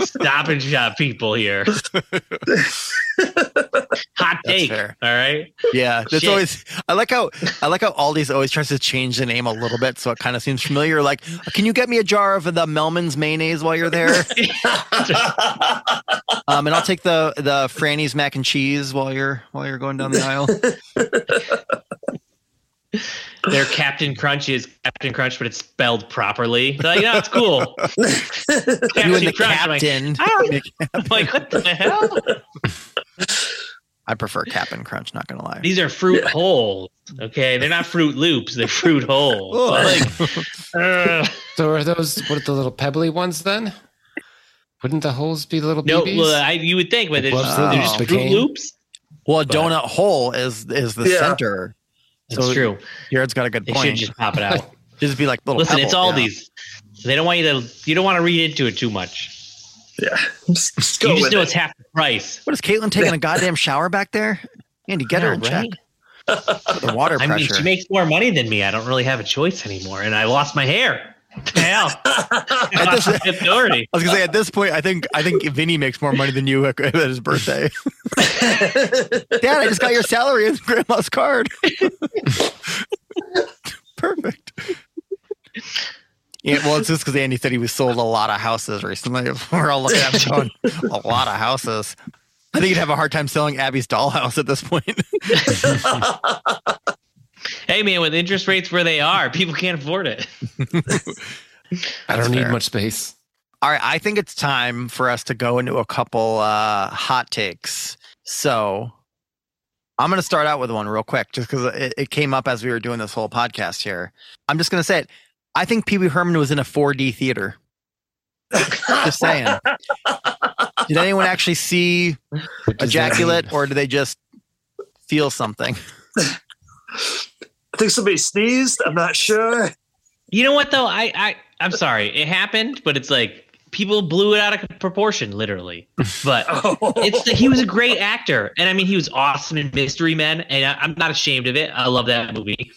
Speaker 5: stop and shop people here. Hot take.
Speaker 3: fair.
Speaker 5: All right.
Speaker 3: Yeah, that's
Speaker 5: Shit.
Speaker 3: always. I like how I like how Aldi's always tries to change the name a little bit, so it kind of seems familiar. Like, can you get me a jar of the Melman's mayonnaise while you're
Speaker 5: [laughs]
Speaker 3: there? um, and I'll take the the Franny's mac and cheese while you're while you're going down the
Speaker 5: [laughs]
Speaker 3: aisle.
Speaker 5: Their Captain Crunch is Captain Crunch, but it's spelled properly. They're like, no, it's [laughs]
Speaker 1: [laughs]
Speaker 5: cool.
Speaker 3: you and the
Speaker 5: Captain Crunch.
Speaker 3: captain.
Speaker 5: I'm like, I don't- I'm like, what [laughs] the hell?
Speaker 3: I prefer Captain Crunch. Not gonna lie.
Speaker 5: These are fruit holes. Okay. They're not fruit loops. They're fruit [laughs] holes. Like, uh, ugh.
Speaker 7: So are those what are the little pebbly ones then? Wouldn't the holes be little
Speaker 5: no,
Speaker 7: BBs?
Speaker 5: well, I, you would think, but they're just,
Speaker 7: Wow.
Speaker 5: they're just fruit
Speaker 7: Became-
Speaker 5: loops.
Speaker 3: Well, a donut hole is is the
Speaker 1: Yeah.
Speaker 3: center.
Speaker 5: That's
Speaker 3: So-
Speaker 5: true.
Speaker 3: Jared's got a good
Speaker 5: They
Speaker 3: point.
Speaker 5: should
Speaker 3: Just,
Speaker 5: just pop [laughs] it out.
Speaker 3: be like little.
Speaker 5: Listen, it's
Speaker 3: pebble,
Speaker 5: all
Speaker 3: yeah.
Speaker 5: these. They don't want you to. You don't want to read into it too much.
Speaker 1: Yeah. Just, just go
Speaker 5: you just
Speaker 1: with
Speaker 5: know
Speaker 1: it.
Speaker 5: it's half the price.
Speaker 3: What is Caitlin taking a goddamn shower back there? Andy, get her in
Speaker 5: Yeah,
Speaker 3: check.
Speaker 5: right?
Speaker 3: The water
Speaker 5: [laughs] I mean,
Speaker 3: pressure.
Speaker 5: she makes more money than me. I don't really have a choice anymore, and I lost my hair.
Speaker 1: [laughs]
Speaker 5: Hell, I lost my fifth already.
Speaker 3: I was gonna say at this point, I think I think Vinny makes more money than you at at his birthday. Dad, I just got your salary and grandma's card. [laughs] Perfect. Yeah, well, it's just because Andy said he was sold a lot of houses recently. [laughs] We're all looking at him going, a lot of houses. I think you'd have a hard time selling Abby's dollhouse at this point.
Speaker 5: Hey, man, with interest rates where they are, people can't afford it.
Speaker 7: I don't
Speaker 3: That's
Speaker 7: need
Speaker 3: fair.
Speaker 7: much space.
Speaker 3: All right, I think it's time for us to go into a couple uh, hot takes. So I'm going to start out with one real quick, just because it, it came up as we were doing this whole podcast here. I'm just going to say it. I think Pee Wee Herman was in a 4D theater. just saying. Did anyone actually see
Speaker 7: What does that
Speaker 3: ejaculate,
Speaker 7: mean?
Speaker 3: or did they just feel something?
Speaker 1: I think somebody sneezed. I'm not sure.
Speaker 5: You know what though? I, I I'm sorry, it happened, but it's like people blew it out of proportion, literally.
Speaker 1: [laughs]
Speaker 5: But
Speaker 1: Oh.
Speaker 5: it's he was a great actor, and I mean he was awesome in Mystery Men, and I, I'm not ashamed of it. I love that movie.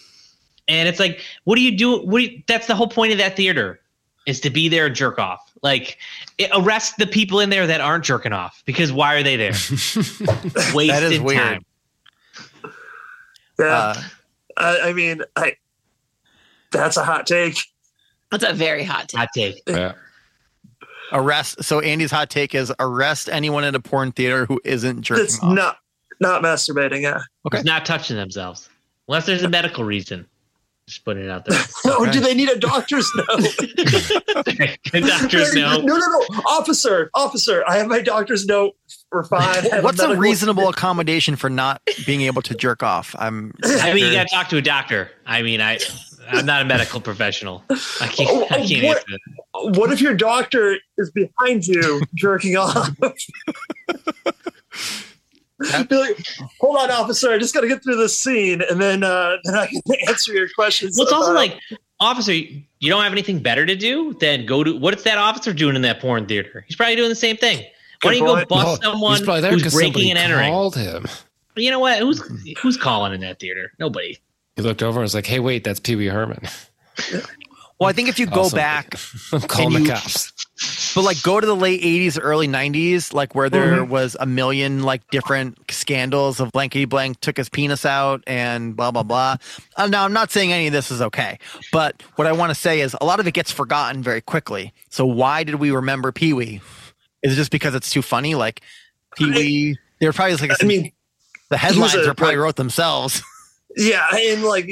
Speaker 5: And it's like, what do you do? What do you, that's the whole point of that theater is to be there and jerk off. Like, it, arrest the people in there that aren't jerking off because why are
Speaker 1: [laughs]
Speaker 5: they there? Wasted
Speaker 3: That is weird.
Speaker 5: time.
Speaker 1: yeah.
Speaker 3: Uh,
Speaker 1: I, I mean, I. That's a hot take.
Speaker 6: That's a very hot take.
Speaker 5: Hot take.
Speaker 7: Yeah.
Speaker 3: arrest. So Andy's hot take is arrest anyone in a porn theater who isn't jerking
Speaker 1: It's
Speaker 3: off.
Speaker 1: not not masturbating. Yeah.
Speaker 3: Okay.
Speaker 5: Not touching themselves unless there's a medical reason. Just putting it
Speaker 1: [laughs]
Speaker 5: out there. [laughs]
Speaker 1: Or do they need a
Speaker 3: [laughs]
Speaker 1: doctor's note?
Speaker 5: the [laughs] doctors
Speaker 1: no,
Speaker 5: know.
Speaker 1: no, no, officer, officer. I have my doctor's note. We're fine. I have
Speaker 3: What's a
Speaker 1: medical-
Speaker 3: reasonable accommodation for not being able to jerk off? I'm.
Speaker 5: [laughs] I mean, you got to talk to a doctor. I mean, I, I'm not a medical professional. I can't.
Speaker 1: Oh,
Speaker 5: I
Speaker 1: oh,
Speaker 5: can't
Speaker 1: what-
Speaker 5: answer that.
Speaker 1: What if your doctor is behind you jerking
Speaker 5: [laughs]
Speaker 1: off? Be like, Hold on, officer. I just got to get through this scene, and then uh, then I can [laughs] answer your questions.
Speaker 5: Well, it's also
Speaker 1: about-
Speaker 5: like, officer, you don't have anything better to do than go to. What's that officer doing in that porn theater? He's probably doing the same thing. Why don't you go
Speaker 1: Good
Speaker 5: bust
Speaker 7: Well,
Speaker 5: someone
Speaker 7: he's probably there
Speaker 5: who's
Speaker 7: 'cause
Speaker 5: breaking
Speaker 7: somebody
Speaker 5: and entering?
Speaker 7: Called him.
Speaker 5: You know what? Who's who's calling in that theater? Nobody.
Speaker 7: He looked over and was like, "Hey, wait, that's Pee Wee Herman."
Speaker 3: Well, I think if you [laughs] go
Speaker 7: Awesome. [laughs]
Speaker 3: back,
Speaker 7: I'm calling
Speaker 3: you-
Speaker 7: the cops.
Speaker 3: but like go to the late '80s, early '90s, like where there
Speaker 1: Mm-hmm.
Speaker 3: was a million like different scandals of blankety blank took his penis out and blah blah blah. Uh, now I'm not saying any of this is okay, but what I want to say is a lot of it gets forgotten very quickly. So why did we remember Pee Wee? Is it just because it's too funny? Like Pee Wee, they were probably like
Speaker 1: I mean,
Speaker 3: the headlines
Speaker 1: a-
Speaker 3: are probably wrote themselves. [laughs]
Speaker 1: yeah, and like,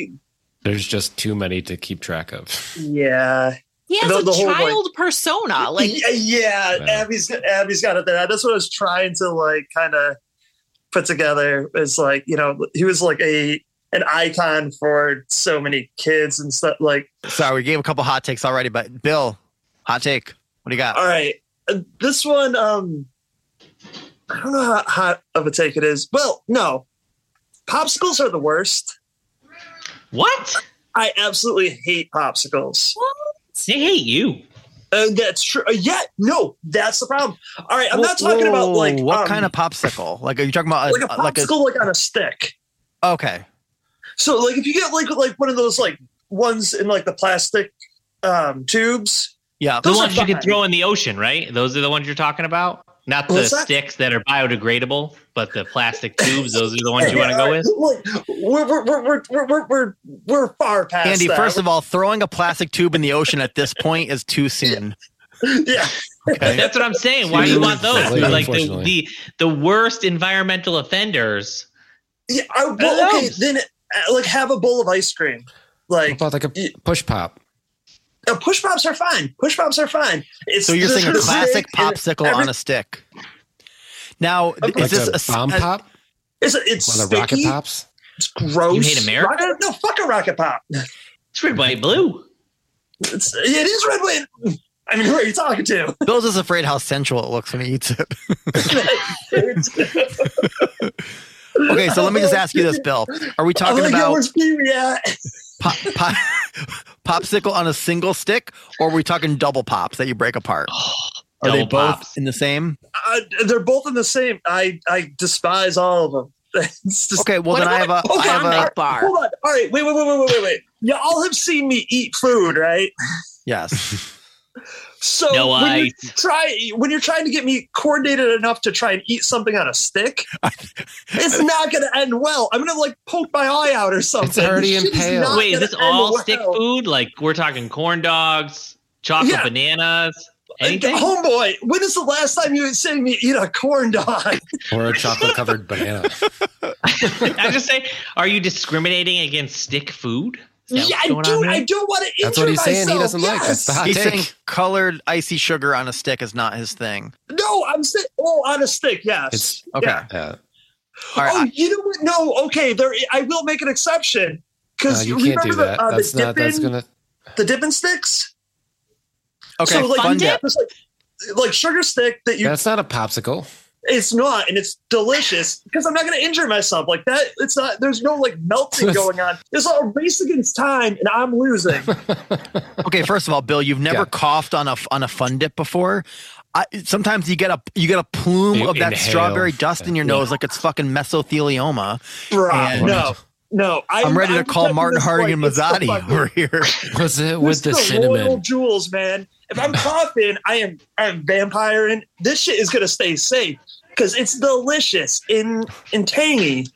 Speaker 7: There's just too many to keep track of.
Speaker 1: yeah,
Speaker 6: He has
Speaker 1: The-
Speaker 6: a
Speaker 1: the whole, like-
Speaker 6: child persona. [laughs] Like
Speaker 1: yeah, yeah.
Speaker 7: Wow.
Speaker 1: Abby's Abby's got it there. That's what I was trying to like, kind of put together is like you know he was like a an icon for so many kids and stuff like
Speaker 3: Sorry, we gave a couple hot takes already, but Bill, hot take. What do you got?
Speaker 1: all right uh, this one um i don't know how hot of a take it is well no popsicles are the worst
Speaker 5: What?
Speaker 1: i absolutely hate popsicles
Speaker 5: They hate you.
Speaker 1: uh, that's true uh, yeah no that's the problem all right i'm not
Speaker 3: Whoa,
Speaker 1: talking about
Speaker 3: whoa,
Speaker 1: like
Speaker 3: what
Speaker 1: um,
Speaker 3: kind of popsicle? Like, are you talking about a,
Speaker 1: like a popsicle like on a stick
Speaker 3: okay?
Speaker 1: So like if you get like like one of those like ones in like the plastic um tubes.
Speaker 3: Yeah,
Speaker 5: The
Speaker 1: Those
Speaker 5: ones
Speaker 1: are
Speaker 5: you can
Speaker 1: fine.
Speaker 5: throw in the ocean, right? Those are the ones you're talking about? Not the
Speaker 1: What's that?
Speaker 5: sticks that are biodegradable, but the
Speaker 1: [laughs]
Speaker 5: plastic tubes, those are the ones you want to go with?
Speaker 1: Like, we're, we're, we're, we're, we're, we're, we're, we're far past
Speaker 3: Andy.
Speaker 1: that.
Speaker 3: First of all, throwing a plastic tube in the ocean at this point is too soon.
Speaker 1: [laughs] yeah.
Speaker 3: Okay,
Speaker 5: That's what I'm saying. Why do you want those?
Speaker 4: Exactly,
Speaker 5: like the,
Speaker 4: unfortunately.
Speaker 5: the the worst environmental offenders.
Speaker 1: yeah I, well,
Speaker 5: Hello.
Speaker 1: okay, then uh, like have a bowl of ice cream. Like
Speaker 7: What about like
Speaker 1: y-
Speaker 7: a push pop?
Speaker 1: uh, push pops are fine. Push pops are fine. It's
Speaker 3: so you're
Speaker 1: just
Speaker 3: saying
Speaker 1: [laughs]
Speaker 3: a
Speaker 1: the
Speaker 3: classic
Speaker 1: stick and
Speaker 3: popsicle
Speaker 1: every-
Speaker 3: on a stick. Now, is
Speaker 7: Like
Speaker 3: this a,
Speaker 7: a
Speaker 3: s-
Speaker 7: bomb
Speaker 3: a-
Speaker 7: pop?
Speaker 1: It's it's
Speaker 7: One of the rocket
Speaker 1: sticky.
Speaker 7: pops?
Speaker 1: It's gross.
Speaker 5: You hate America?
Speaker 1: Rocket- no, fuck a rocket pop.
Speaker 5: It's red, white, blue.
Speaker 1: It's, it is red wine. I mean, who are you talking to? [laughs]
Speaker 3: Bill's just afraid how sensual it looks when he eats it. [laughs] Okay, so let me just ask you this, Bill. Are we talking
Speaker 1: I'm like, Oh, yeah,
Speaker 3: about
Speaker 1: where's Pee-wee at?
Speaker 3: pop, pop, [laughs] popsicle on a single stick, or are we talking double pops that you break apart? Are they
Speaker 5: Double
Speaker 3: both
Speaker 5: pops.
Speaker 3: in the same?
Speaker 1: Uh, they're both in the same. I I despise all of them. [laughs] It's just-
Speaker 3: Okay, well
Speaker 6: What
Speaker 3: then I have
Speaker 6: about
Speaker 3: a I have
Speaker 6: Klondike
Speaker 3: a
Speaker 6: bar?
Speaker 1: Hold on. All right. Wait. Wait. Wait. Wait. Wait. Wait. Wait. Y'all have seen me eat food, right? [laughs]
Speaker 3: yes.
Speaker 1: So
Speaker 5: No
Speaker 1: when you
Speaker 5: ice.
Speaker 1: try when you're trying to get me coordinated enough to try and eat something on a
Speaker 5: [laughs]
Speaker 1: stick, it's not going to end well. I'm going to like poke my eye out or something.
Speaker 7: already
Speaker 1: This shit is
Speaker 7: impaled.
Speaker 1: not
Speaker 5: Wait, is
Speaker 1: gonna
Speaker 5: this
Speaker 1: end
Speaker 5: all
Speaker 1: well.
Speaker 5: stick food? Like we're talking corn dogs, chocolate
Speaker 1: Yeah.
Speaker 5: bananas,
Speaker 1: Uh,
Speaker 5: anything? [laughs]
Speaker 1: Homeboy, when is the last time you had seen me eat a corn dog?
Speaker 4: Or a chocolate
Speaker 1: [laughs]
Speaker 4: covered banana.
Speaker 5: I just say, are you discriminating against stick food? Is that
Speaker 1: Yeah,
Speaker 5: what's
Speaker 1: I
Speaker 5: going
Speaker 1: do.
Speaker 5: on here?
Speaker 1: I do want to injure
Speaker 7: That's what he's saying. He
Speaker 1: myself,
Speaker 7: doesn't like. That's
Speaker 1: yes.
Speaker 7: the hot
Speaker 3: He's
Speaker 7: take.
Speaker 3: saying colored icy sugar on a stick is not his thing.
Speaker 1: No, I'm saying oh on a stick. Yes.
Speaker 7: It's-
Speaker 3: Okay.
Speaker 1: Yeah.
Speaker 4: Yeah.
Speaker 3: All
Speaker 1: Oh,
Speaker 3: right.
Speaker 1: you know what? No, okay. There, I will make an exception
Speaker 7: No,
Speaker 1: because
Speaker 7: you
Speaker 1: remember
Speaker 7: can't do
Speaker 1: the,
Speaker 7: that.
Speaker 1: uh,
Speaker 7: That's
Speaker 1: the
Speaker 7: not. That's
Speaker 1: dipping,
Speaker 7: gonna.
Speaker 1: the dipping sticks.
Speaker 3: okay.
Speaker 1: so like,
Speaker 3: fun dip.
Speaker 1: It's like, like sugar stick that you.
Speaker 7: That's not a popsicle.
Speaker 1: It's not, and it's delicious because I'm not going to injure myself like that. It's not. There's no like melting
Speaker 3: [laughs]
Speaker 1: going on. It's a race against time, and I'm losing.
Speaker 3: Okay. First of all, Bill, you've never
Speaker 7: Yeah.
Speaker 3: coughed on a on a fun dip before. I, sometimes you get a you get a plume
Speaker 4: You
Speaker 3: of that
Speaker 4: inhale.
Speaker 3: strawberry dust in your nose like it's fucking mesothelioma.
Speaker 1: Right?
Speaker 3: And-
Speaker 1: no, no. I,
Speaker 3: I'm ready to call
Speaker 1: protecting
Speaker 3: Martin
Speaker 1: this,
Speaker 3: Harding
Speaker 1: like,
Speaker 3: and
Speaker 1: it's the
Speaker 3: Mazzotti
Speaker 1: fucking-
Speaker 3: over here.
Speaker 7: Was it
Speaker 1: This
Speaker 7: with the
Speaker 1: is Royal
Speaker 7: cinnamon?
Speaker 1: jewels, man. If I'm coughing, I am I'm vampiring. This shit is gonna stay safe because it's delicious and and tangy.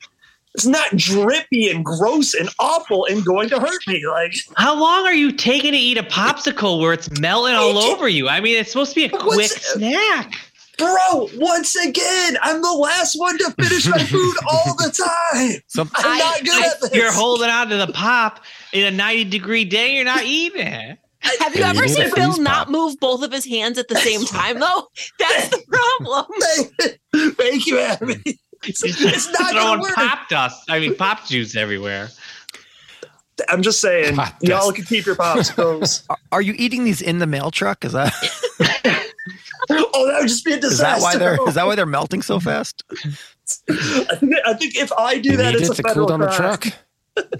Speaker 1: It's not drippy and gross and awful and going to hurt me. Like
Speaker 5: How long are you taking to eat a popsicle where it's melting all over you? I mean, it's supposed to be a
Speaker 1: What's-
Speaker 5: quick snack.
Speaker 1: [laughs] Bro, once again, I'm the last one to finish my food all the time.
Speaker 3: Some-
Speaker 1: I'm
Speaker 6: I-
Speaker 1: not good
Speaker 5: I-
Speaker 1: at this.
Speaker 5: you're holding on to the pop in a 90 degree day. You're not eating it.
Speaker 6: Have you
Speaker 7: Yeah, you
Speaker 6: ever
Speaker 7: need
Speaker 6: seen
Speaker 7: a
Speaker 6: Bill
Speaker 7: freeze
Speaker 6: not
Speaker 7: pop.
Speaker 6: move both of his hands at the same time, though? That's the problem.
Speaker 1: [laughs] Thank you, Abby. [laughs] It's, it's not gonna
Speaker 5: throwing
Speaker 1: work.
Speaker 5: pop dust. I mean, pop juice everywhere.
Speaker 1: I'm just saying,
Speaker 7: Hot
Speaker 1: y'all
Speaker 7: dust.
Speaker 1: can keep your Oh, popsicles.
Speaker 3: Are- Are you eating these in the mail truck? Is that
Speaker 1: oh, that would just be a
Speaker 3: is
Speaker 1: disaster.
Speaker 3: that why they're is that why they're melting so fast?
Speaker 1: I think, I think if I do
Speaker 7: You
Speaker 1: that,
Speaker 7: need
Speaker 1: it's
Speaker 7: it
Speaker 1: a
Speaker 7: to
Speaker 1: federal
Speaker 7: cool down the
Speaker 1: crime.
Speaker 7: truck.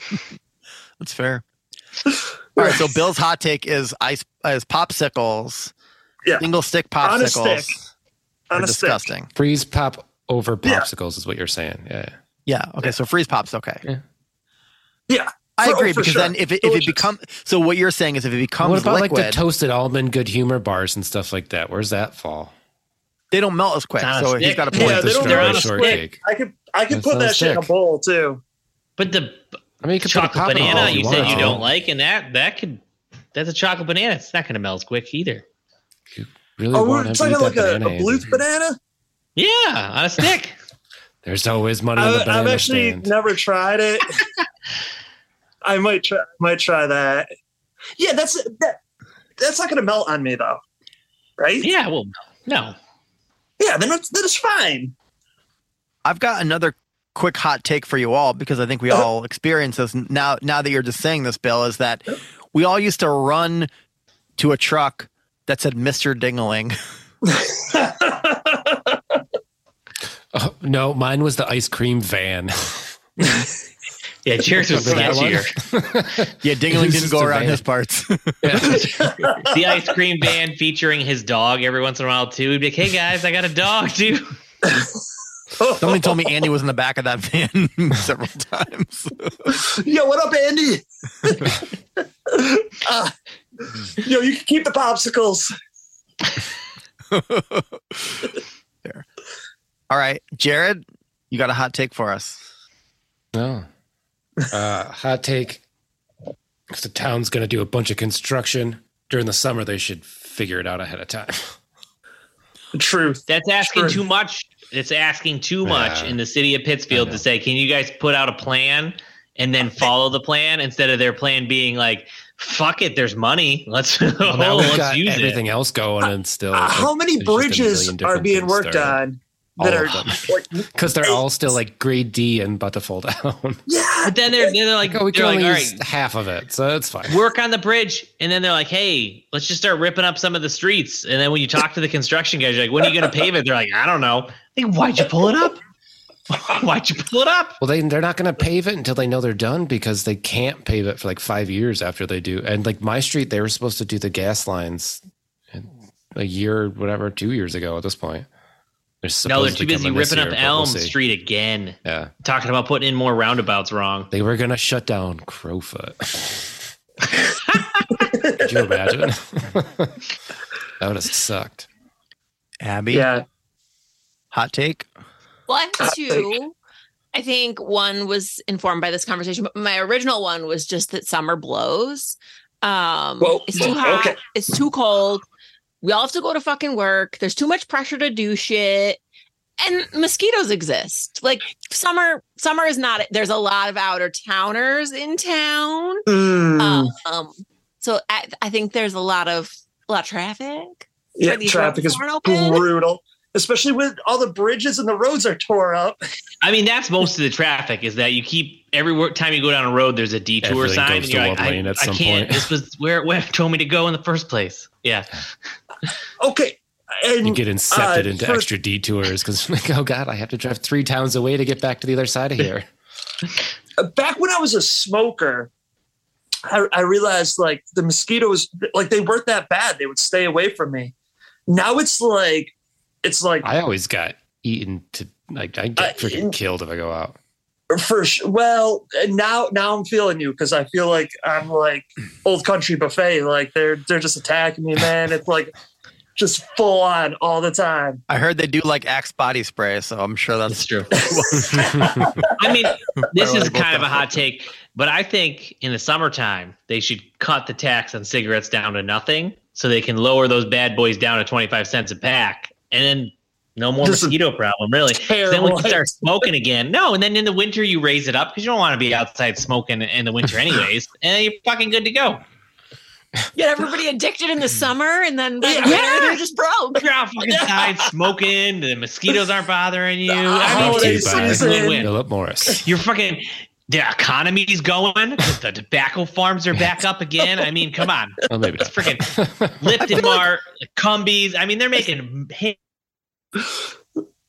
Speaker 3: That's fair. All right, so Bill's hot take is ice is popsicles,
Speaker 1: Yeah.
Speaker 3: single stick
Speaker 1: [laughs] On a
Speaker 3: popsicles.
Speaker 1: stick.
Speaker 3: are
Speaker 1: On a stick.
Speaker 3: disgusting.
Speaker 7: Freeze pop over
Speaker 1: Yeah.
Speaker 7: popsicle.
Speaker 4: Popsicles is what you're saying. Yeah.
Speaker 3: Yeah. Okay. So freeze pops. Okay.
Speaker 1: Yeah.
Speaker 3: I
Speaker 1: For-
Speaker 3: agree
Speaker 1: oh, for
Speaker 3: because
Speaker 1: sure.
Speaker 3: then if it, if it
Speaker 1: Delicious.
Speaker 3: becomes so what you're saying is if it becomes
Speaker 7: What about
Speaker 3: liquid,
Speaker 7: like the toasted almond good humor bars and stuff like that? Where's that fall?
Speaker 3: they don't melt as quick.
Speaker 5: It's on a
Speaker 3: So he's
Speaker 5: stick.
Speaker 3: got a
Speaker 1: Yeah,
Speaker 3: point.
Speaker 1: they
Speaker 4: the
Speaker 1: don't-
Speaker 4: strawberry
Speaker 1: they're on a
Speaker 4: shortcake.
Speaker 1: I could I could
Speaker 7: That
Speaker 1: put that
Speaker 7: sounds
Speaker 1: shit in a
Speaker 7: sick.
Speaker 1: bowl too.
Speaker 5: But the
Speaker 7: I mean, you could put a
Speaker 5: chocolate
Speaker 7: pop in it
Speaker 5: banana
Speaker 7: if
Speaker 5: you said
Speaker 7: wanted
Speaker 5: you
Speaker 7: to.
Speaker 4: Oh.
Speaker 5: don't like, and that that could that's a chocolate banana. It's not going to melt as quick either.
Speaker 7: Really
Speaker 1: Oh,
Speaker 7: want
Speaker 1: we're
Speaker 7: him to eat
Speaker 1: talking
Speaker 7: that
Speaker 1: like a,
Speaker 7: banana,
Speaker 1: a blue
Speaker 7: Andy.
Speaker 1: banana.
Speaker 5: Yeah, on
Speaker 4: [laughs]
Speaker 5: a stick.
Speaker 7: There's always money in the
Speaker 1: I,
Speaker 7: banana
Speaker 1: I've actually
Speaker 7: stand.
Speaker 1: never
Speaker 7: [laughs]
Speaker 1: tried it. I might try might try that. Yeah, that's that, that's not gonna melt on me though, right?
Speaker 5: yeah, well, no.
Speaker 1: Yeah, then it's, then it's fine.
Speaker 3: I've got another quick hot take for you all because I think we all experience this now. Now that you're just saying this, Bill, is that we all used to run to a truck that said "Mr. Dingling."
Speaker 4: Oh, no, mine was the ice cream van.
Speaker 5: Yeah, Cheers was
Speaker 4: Remember
Speaker 5: last
Speaker 4: that
Speaker 5: year.
Speaker 3: Yeah, Dingling didn't
Speaker 4: just
Speaker 3: go
Speaker 4: a
Speaker 3: around
Speaker 4: van.
Speaker 3: his parts.
Speaker 5: the ice cream van featuring his dog every once in a while too. He'd be like, "Hey guys, I got a dog too."
Speaker 3: Somebody told me Andy was in the back of that van [laughs] several times. [laughs]
Speaker 1: Yo, what up,
Speaker 7: [laughs]
Speaker 1: Andy? [laughs] uh, yo, you can keep the popsicles.
Speaker 3: All right, Jared, you got a hot take for us.
Speaker 4: [laughs] No. Uh, hot take. If the town's going to do a bunch of construction during the summer, they should figure it out ahead of time.
Speaker 1: Truth.
Speaker 5: That's asking
Speaker 1: Sure.
Speaker 5: too much. It's asking too much
Speaker 4: Yeah.
Speaker 5: in the city of Pittsfield
Speaker 4: I
Speaker 5: to
Speaker 4: know.
Speaker 5: say, "Can you guys put out a plan
Speaker 4: [laughs]
Speaker 5: and then follow the plan?" Instead of their plan being like, "Fuck it, there's money. Let's [laughs]
Speaker 4: Well, now
Speaker 5: let's
Speaker 4: we've got
Speaker 5: use
Speaker 4: everything else going, and still,
Speaker 1: Uh, how many
Speaker 4: there's just a
Speaker 1: bridges
Speaker 4: million different
Speaker 1: are being
Speaker 4: things
Speaker 1: worked
Speaker 4: started.
Speaker 1: on that
Speaker 4: All
Speaker 1: are
Speaker 4: of them. [laughs]
Speaker 1: like,
Speaker 4: because they're all still like grade D and about to fall down.
Speaker 1: yeah,
Speaker 5: it." But then they're,
Speaker 4: [laughs]
Speaker 5: they're like,
Speaker 7: Like, oh, we can
Speaker 5: they're like,
Speaker 7: only
Speaker 5: "All
Speaker 7: use-
Speaker 5: right,
Speaker 4: Half of it, so it's fine.
Speaker 5: work on the bridge and then they're like hey let's just start ripping up some of the streets and then when you talk to the construction guys you're like when are you going to pave it they're like i don't know like why'd you pull it up [laughs] why'd you pull it up
Speaker 4: Well, they they're not going to pave it until they know they're done because they can't pave it for like five years after they do. And like my street, they were supposed to do the gas lines in a year, whatever, two years ago. At this point, they're
Speaker 5: no they're
Speaker 4: supposed
Speaker 5: too
Speaker 4: to
Speaker 5: busy
Speaker 4: come in this
Speaker 5: ripping up
Speaker 4: year, but we'll
Speaker 5: elm
Speaker 4: see.
Speaker 5: street again
Speaker 4: Yeah,
Speaker 5: talking about putting in more roundabouts wrong
Speaker 4: they were going to shut down
Speaker 5: [laughs]
Speaker 4: Crowfoot. Could you imagine? [laughs] that would have sucked.
Speaker 3: Abby,
Speaker 1: yeah.
Speaker 3: hot take.
Speaker 6: Well, I have two. I think one was informed by this conversation, but my original one was just that summer blows. Um,
Speaker 1: Whoa,
Speaker 6: it's too
Speaker 1: whoa,
Speaker 6: hot.
Speaker 1: okay.
Speaker 6: It's too cold. We all have to go to fucking work. There's too much pressure to do shit. And mosquitoes exist. Like summer, summer is not. There's a lot of outer towners in town.
Speaker 1: Mm,
Speaker 6: Um, so I, I think there's a lot of a lot of traffic.
Speaker 1: yeah,
Speaker 6: these
Speaker 1: traffic
Speaker 6: roads
Speaker 1: is
Speaker 6: aren't open.
Speaker 1: brutal, especially with all the bridges and the roads are tore up.
Speaker 5: i mean that's most of the traffic is that you keep every wo- time you go down a road there's a detour
Speaker 4: Everything
Speaker 5: sign
Speaker 4: goes
Speaker 5: and you're
Speaker 4: to
Speaker 5: like,
Speaker 4: one
Speaker 5: I,
Speaker 4: lane at
Speaker 5: I
Speaker 4: some
Speaker 5: can't
Speaker 4: point.
Speaker 5: this was where where it told me to go in the first place yeah
Speaker 1: Okay,
Speaker 4: You
Speaker 1: and
Speaker 4: get incepted
Speaker 1: Uh,
Speaker 4: into
Speaker 1: for-
Speaker 4: extra detours because [laughs] like, oh god, I have to drive three towns away to get back to the other side of here.
Speaker 1: back when I was a smoker, I, I realized like the mosquitoes, like they weren't that bad. They would stay away from me. Now it's like, it's like
Speaker 4: I always got eaten to like I get
Speaker 1: Uh,
Speaker 4: freaking killed if I go out.
Speaker 1: for sh- well now now I'm feeling you because I feel like I'm like old country buffet. Like they're they're just attacking me, man. It's like just full on all the time.
Speaker 3: I heard they do like Axe body spray, so I'm sure
Speaker 4: [laughs]
Speaker 3: that's
Speaker 5: true
Speaker 3: [laughs]
Speaker 5: I
Speaker 1: [laughs]
Speaker 5: mean, this is kind of a hot take, but I think in the summertime they should cut the tax on cigarettes down to nothing, so they can lower those bad boys down to twenty five cents a pack, and then no more
Speaker 1: This is
Speaker 5: mosquito problem. Really, then we
Speaker 1: Terrible.
Speaker 5: can start smoking again. No, and then in the winter you raise it up because you don't want to be outside smoking in the
Speaker 1: [laughs]
Speaker 5: winter anyways, and then you're fucking good to go.
Speaker 6: Get everybody addicted in the summer, and then by the winter, they're just broke.
Speaker 5: You're out fucking outside smoking. The mosquitoes aren't bothering you. I mean,
Speaker 1: holiday
Speaker 5: it's a
Speaker 1: season.
Speaker 5: win-win.
Speaker 4: Philip
Speaker 1: [laughs]
Speaker 4: Morris.
Speaker 5: You're fucking. The economy's going. The tobacco farms are back up again. I mean, come on,
Speaker 4: Well, Oh, maybe [laughs] not.
Speaker 1: [laughs]
Speaker 5: freaking Lipton Mart, Cumbies. I mean, they're making hit
Speaker 4: Oh,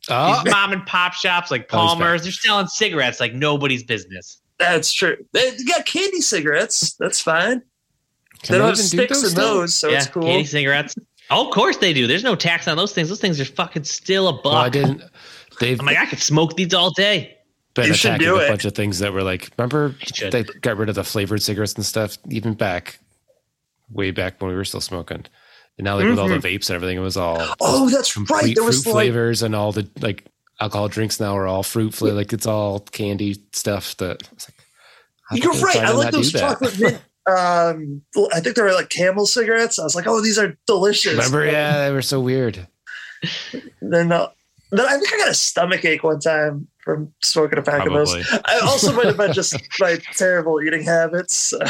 Speaker 4: Ah,
Speaker 5: these mom and pop shops like
Speaker 4: Oh, he's back.
Speaker 5: Palmer's. They're selling cigarettes like nobody's business.
Speaker 1: That's true. They they got candy cigarettes. That's fine.
Speaker 4: can
Speaker 1: they
Speaker 4: they
Speaker 1: don't have
Speaker 4: even do
Speaker 1: sticks
Speaker 4: those
Speaker 1: in
Speaker 4: still?
Speaker 1: those, so
Speaker 5: yeah,
Speaker 1: it's cool.
Speaker 5: candy cigarettes. Oh, of course they do. There's no tax on those things. Those things are fucking still a buck.
Speaker 4: Well, I didn't. They've
Speaker 5: am like, I could smoke these all day.
Speaker 4: been
Speaker 1: ah, You should
Speaker 4: attacking
Speaker 1: do
Speaker 4: a
Speaker 1: it.
Speaker 4: bunch of things that were like. Remember,
Speaker 5: should.
Speaker 4: they got rid of the flavored cigarettes and stuff. Even back, way back when we were still smoking, and now like with all the vapes and everything, it
Speaker 1: [gasps]
Speaker 4: was all
Speaker 1: Oh, that's
Speaker 4: complete
Speaker 1: right. Mm-hmm. There was
Speaker 4: fruit
Speaker 1: like
Speaker 4: flavors and all the like alcohol drinks now are all fruit flavor. Like it's all candy stuff that. it's like, how
Speaker 1: You're
Speaker 4: did they
Speaker 1: right.
Speaker 4: try
Speaker 1: I
Speaker 4: to
Speaker 1: like
Speaker 4: not do
Speaker 1: those
Speaker 4: that?
Speaker 1: chocolate mint. Um, I think they were like Camel cigarettes. I was like, oh, these are delicious.
Speaker 4: Remember? Yeah, they were so weird.
Speaker 1: Then, uh, then I think I got a stomach ache one time from smoking a pack of those.
Speaker 4: Probably.
Speaker 1: I also might have been just my terrible eating habits. Uh,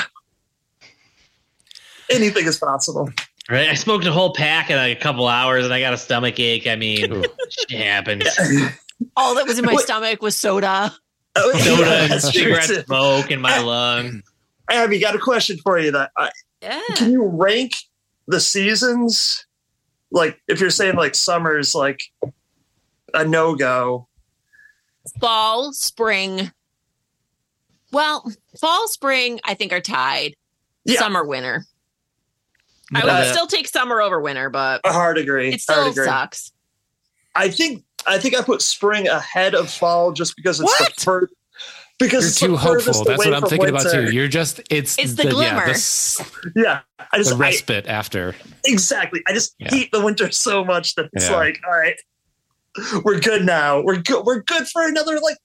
Speaker 1: anything is possible.
Speaker 5: Right? I smoked
Speaker 4: [laughs]
Speaker 5: a whole pack in like a couple hours and I got a stomach ache. I mean,
Speaker 4: Ooh.
Speaker 1: Oh,
Speaker 5: shit happens.
Speaker 6: All that was in my
Speaker 1: What?
Speaker 6: stomach was soda.
Speaker 1: Oh, yeah,
Speaker 5: Soda
Speaker 1: [laughs]
Speaker 5: and
Speaker 1: that's true,
Speaker 5: cigarette
Speaker 1: too.
Speaker 5: smoke
Speaker 1: [laughs]
Speaker 5: in my lung.
Speaker 1: Abby, got a question for you. That I,
Speaker 6: Yeah.
Speaker 1: can you rank the seasons? Like, if you're saying like summer's like a no go,
Speaker 6: Fall, spring. Well, fall, spring, I think are tied.
Speaker 1: Yeah.
Speaker 6: Summer, winter. I
Speaker 5: But,
Speaker 6: would
Speaker 5: uh,
Speaker 6: still take summer over winter, but
Speaker 1: a hard agree.
Speaker 6: it
Speaker 1: hard
Speaker 6: still
Speaker 1: agree.
Speaker 6: sucks.
Speaker 1: I think I think I put spring ahead of fall just because it's
Speaker 6: What?
Speaker 1: the first. Because
Speaker 4: You're
Speaker 1: it's
Speaker 4: too
Speaker 1: the
Speaker 4: hopeful.
Speaker 1: furthest
Speaker 4: That's
Speaker 1: away
Speaker 4: what I'm
Speaker 1: from
Speaker 4: thinking about
Speaker 1: winter.
Speaker 4: too. You're just it's
Speaker 6: It's the
Speaker 4: Yeah,
Speaker 6: glimmer.
Speaker 1: [laughs]
Speaker 4: the, s-
Speaker 1: Yeah, I just
Speaker 4: the
Speaker 1: I-
Speaker 4: respite after.
Speaker 1: exactly. I just
Speaker 4: Yeah.
Speaker 1: hate the winter so much that it's
Speaker 4: Yeah.
Speaker 1: like, all right, we're good now. We're good. We're good for another like.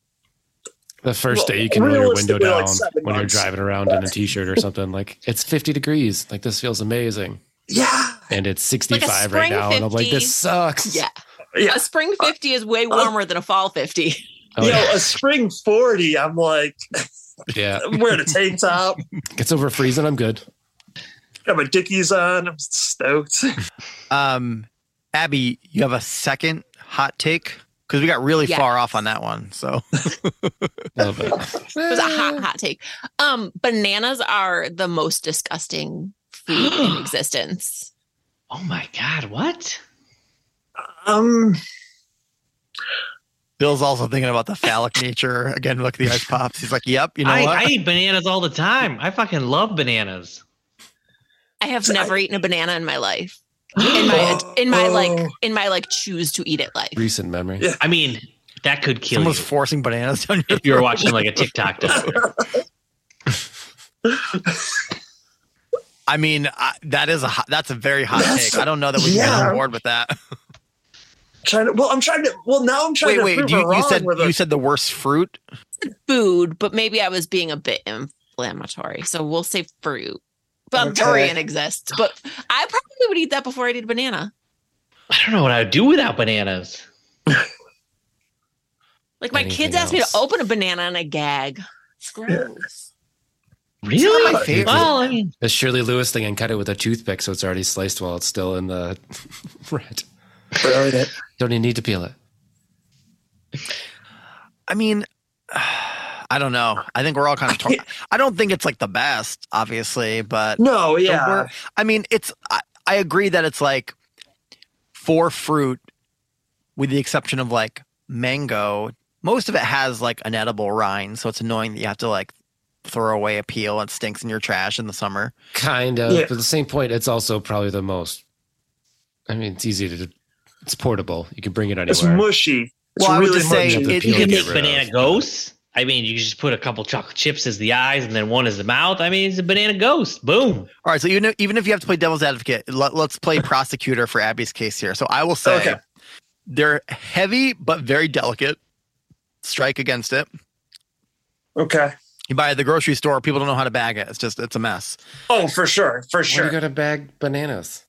Speaker 4: The first
Speaker 1: Well,
Speaker 4: day you can roll your window
Speaker 1: realistically, like,
Speaker 4: down
Speaker 1: seven
Speaker 4: when you're
Speaker 1: months.
Speaker 4: driving around in a t-shirt or something like it's 50 degrees. Like this feels amazing,
Speaker 1: Yeah,
Speaker 4: and it's 65 right
Speaker 6: spring
Speaker 4: now, and I'm like
Speaker 6: 50.
Speaker 4: this sucks.
Speaker 6: Yeah.
Speaker 1: yeah. Uh,
Speaker 6: A spring 50 is way warmer than a fall 50.
Speaker 4: Oh,
Speaker 1: you know,
Speaker 4: yeah.
Speaker 1: a spring forty. I'm like
Speaker 4: yeah.
Speaker 1: wearing a tank top,
Speaker 4: It's over freezing. I'm good.
Speaker 1: got my dickies on. I'm stoked.
Speaker 3: Um, Abby, you have a second hot take because we got really
Speaker 6: Yes.
Speaker 3: far off on that one. So [laughs]
Speaker 4: A
Speaker 1: [laughs]
Speaker 4: little bit.
Speaker 6: [laughs] It was a
Speaker 1: uh.
Speaker 6: hot, hot take. Um, bananas are the most disgusting
Speaker 1: [gasps]
Speaker 6: food in existence.
Speaker 5: Oh my god, what?
Speaker 1: Um,
Speaker 3: Bill's also thinking about the
Speaker 5: [laughs]
Speaker 3: phallic nature again. Look, the ice pops. He's like, "Yep, you know
Speaker 5: I,
Speaker 3: what?
Speaker 5: I eat bananas all the time. I fucking love bananas.
Speaker 6: I have
Speaker 1: So I-
Speaker 6: never eaten a banana in my life.
Speaker 1: [gasps]
Speaker 6: In my in my
Speaker 1: Oh.
Speaker 6: like in my like choose to eat it life.
Speaker 4: Recent memory.
Speaker 1: Yeah.
Speaker 5: [gasps] I mean, that could kill
Speaker 3: [laughs] Someone's
Speaker 5: you
Speaker 3: forcing bananas down your
Speaker 5: if you were watching like a TikTok doctor.
Speaker 3: I mean, I, that is a hot, that's a very hot
Speaker 1: That's-
Speaker 3: take. I don't know that we can get
Speaker 1: yeah.
Speaker 3: on board with that.
Speaker 1: trying to. Well, I'm trying to. Well, now I'm trying
Speaker 3: Wait,
Speaker 1: to
Speaker 3: wait.
Speaker 1: prove
Speaker 3: You,
Speaker 1: her
Speaker 3: you
Speaker 1: wrong
Speaker 3: said
Speaker 1: with
Speaker 3: you
Speaker 1: a-
Speaker 3: said the worst fruit.
Speaker 6: Food, but maybe I was being a bit inflammatory. So we'll say fruit. But
Speaker 1: Okay.
Speaker 6: durian exists. But I probably would eat that before I would eat a banana.
Speaker 5: I don't know what I would do without bananas.
Speaker 6: Like my
Speaker 4: Anything
Speaker 6: kids asked me to
Speaker 4: else?
Speaker 6: open a banana and I gag. It's gross.
Speaker 5: Really?
Speaker 3: my favorite.
Speaker 5: Well, I mean,
Speaker 4: The Shirley Lewis thing and cut it with a toothpick, so it's already sliced while it's still in the [laughs] red.
Speaker 1: Brilliant.
Speaker 4: Don't even need to peel it.
Speaker 3: I mean, [sighs] I don't know. I think we're all kind of.
Speaker 1: [laughs]
Speaker 3: Tor- I don't think it's like the best, obviously, but
Speaker 1: No,
Speaker 3: the
Speaker 1: yeah.
Speaker 3: wor- I mean, it's. I, I agree that it's like for fruit, with the exception of like mango. Most of it has like an edible rind, so it's annoying that you have to like throw away a peel. It stinks in your trash in the summer.
Speaker 4: Kind of.
Speaker 1: Yeah.
Speaker 4: But at the same point, it's also probably the most. I mean, it's easy to. It's portable. You can bring it anywhere.
Speaker 1: It's mushy. It's
Speaker 3: Well, I would
Speaker 1: really
Speaker 3: just say
Speaker 1: mushy.
Speaker 4: The
Speaker 3: it,
Speaker 4: peel
Speaker 5: you can
Speaker 4: get
Speaker 5: make
Speaker 4: rid of.
Speaker 5: banana ghosts. I mean, you can just put a couple chocolate chips as the eyes and then one as the mouth. I mean, it's a banana ghost. Boom.
Speaker 3: All right, so even if, even if you have to play devil's advocate, let, us
Speaker 1: [laughs]
Speaker 3: play prosecutor for Abby's case here. So I will say
Speaker 1: Okay.
Speaker 3: they're heavy but very delicate. Strike against it.
Speaker 1: Okay.
Speaker 3: You buy it at the grocery store, people don't know how to bag it. It's just it's a mess.
Speaker 1: Oh, for sure, for
Speaker 4: Where
Speaker 1: sure.
Speaker 4: do you got to bag bananas?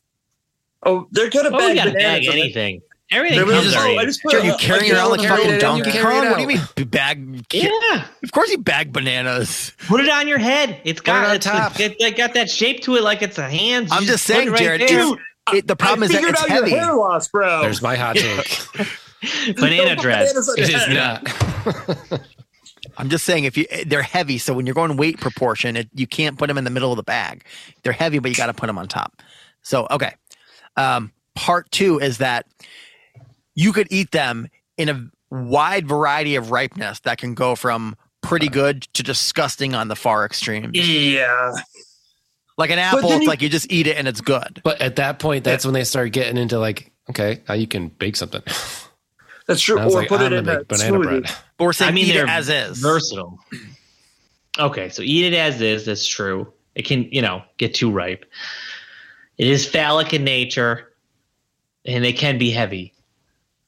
Speaker 1: oh, they're good at
Speaker 5: Oh, you
Speaker 1: bag
Speaker 5: gotta
Speaker 1: bananas.
Speaker 5: bag
Speaker 1: and it-
Speaker 5: anything. Everything
Speaker 1: There was
Speaker 5: comes
Speaker 1: just-
Speaker 5: already.
Speaker 1: oh, I just put
Speaker 3: Sure,
Speaker 1: a-
Speaker 3: you
Speaker 1: a
Speaker 3: carrying it
Speaker 1: yellow
Speaker 3: around like
Speaker 1: and
Speaker 3: fucking
Speaker 1: red
Speaker 3: Donkey
Speaker 1: and-
Speaker 3: Kong? What do you mean b- bag?
Speaker 5: yeah.
Speaker 3: Of course you bag bananas.
Speaker 5: Put it on your head. It's got
Speaker 4: Put it on
Speaker 5: it's,
Speaker 4: top.
Speaker 5: it- it got that shape to it like it's a hand. You
Speaker 3: I'm just
Speaker 5: put it
Speaker 3: saying,
Speaker 5: right
Speaker 3: Jared.
Speaker 5: there.
Speaker 3: it's- it, the problem
Speaker 1: I
Speaker 3: is that
Speaker 1: figured
Speaker 3: it's
Speaker 1: out
Speaker 3: heavy.
Speaker 1: your hair loss, bro.
Speaker 4: There's my hot take. [laughs]
Speaker 5: banana dress.
Speaker 4: it is not.
Speaker 3: I'm just saying if you eh, they're heavy, so when you're going weight proportion, it, you can't put them in the middle of the bag. They're heavy, but you got to put them on top. So okay, um, part two is that you could eat them in a wide variety of ripeness that can go from pretty good to disgusting on the far extreme.
Speaker 1: Yeah.
Speaker 3: Like an apple,
Speaker 1: then
Speaker 3: it's
Speaker 1: you-
Speaker 3: like you just eat it and it's good.
Speaker 4: But at that point, that's when they start getting into like, okay, now you can bake something. [laughs]
Speaker 1: That's true.
Speaker 4: I was
Speaker 1: Or
Speaker 4: like,
Speaker 1: put it
Speaker 4: I'm gonna
Speaker 1: in a
Speaker 4: make banana
Speaker 1: smoothie.
Speaker 4: bread.
Speaker 1: [laughs]
Speaker 3: But we're saying
Speaker 5: I mean,
Speaker 3: eat it
Speaker 5: they're
Speaker 3: as is.
Speaker 5: versatile. Okay, so eat it as is. That's true. It can, you know, get too ripe. It is phallic in nature, and they can be heavy.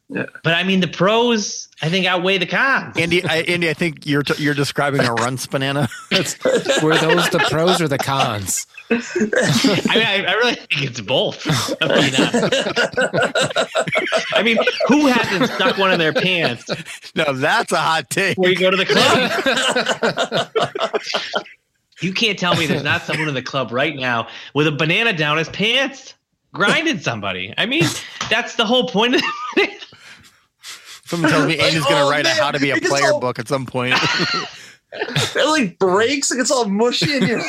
Speaker 1: Yeah.
Speaker 5: But I mean, the pros I think outweigh the cons.
Speaker 3: Andy, I, Andy, I think you're t- you're describing [laughs] a runce banana.
Speaker 4: That's- were those the pros or
Speaker 1: [laughs]
Speaker 4: the cons?
Speaker 5: [laughs] I mean, I, I really think it's both. I'm being honest.
Speaker 4: [laughs]
Speaker 5: I mean, who hasn't stuck one in their pants
Speaker 3: no, that's a hot take.
Speaker 5: before you go to the club. [laughs] you can't tell me there's not someone in the club right now with a banana down his pants grinding somebody. I mean, that's the whole point of
Speaker 3: Someone tells me
Speaker 1: Like,
Speaker 3: Amy's gonna
Speaker 1: oh,
Speaker 3: write
Speaker 1: man,
Speaker 3: a how to be a
Speaker 1: it gets
Speaker 3: player
Speaker 1: all-
Speaker 3: book at some point. [laughs]
Speaker 1: It like breaks, it gets all mushy, and you're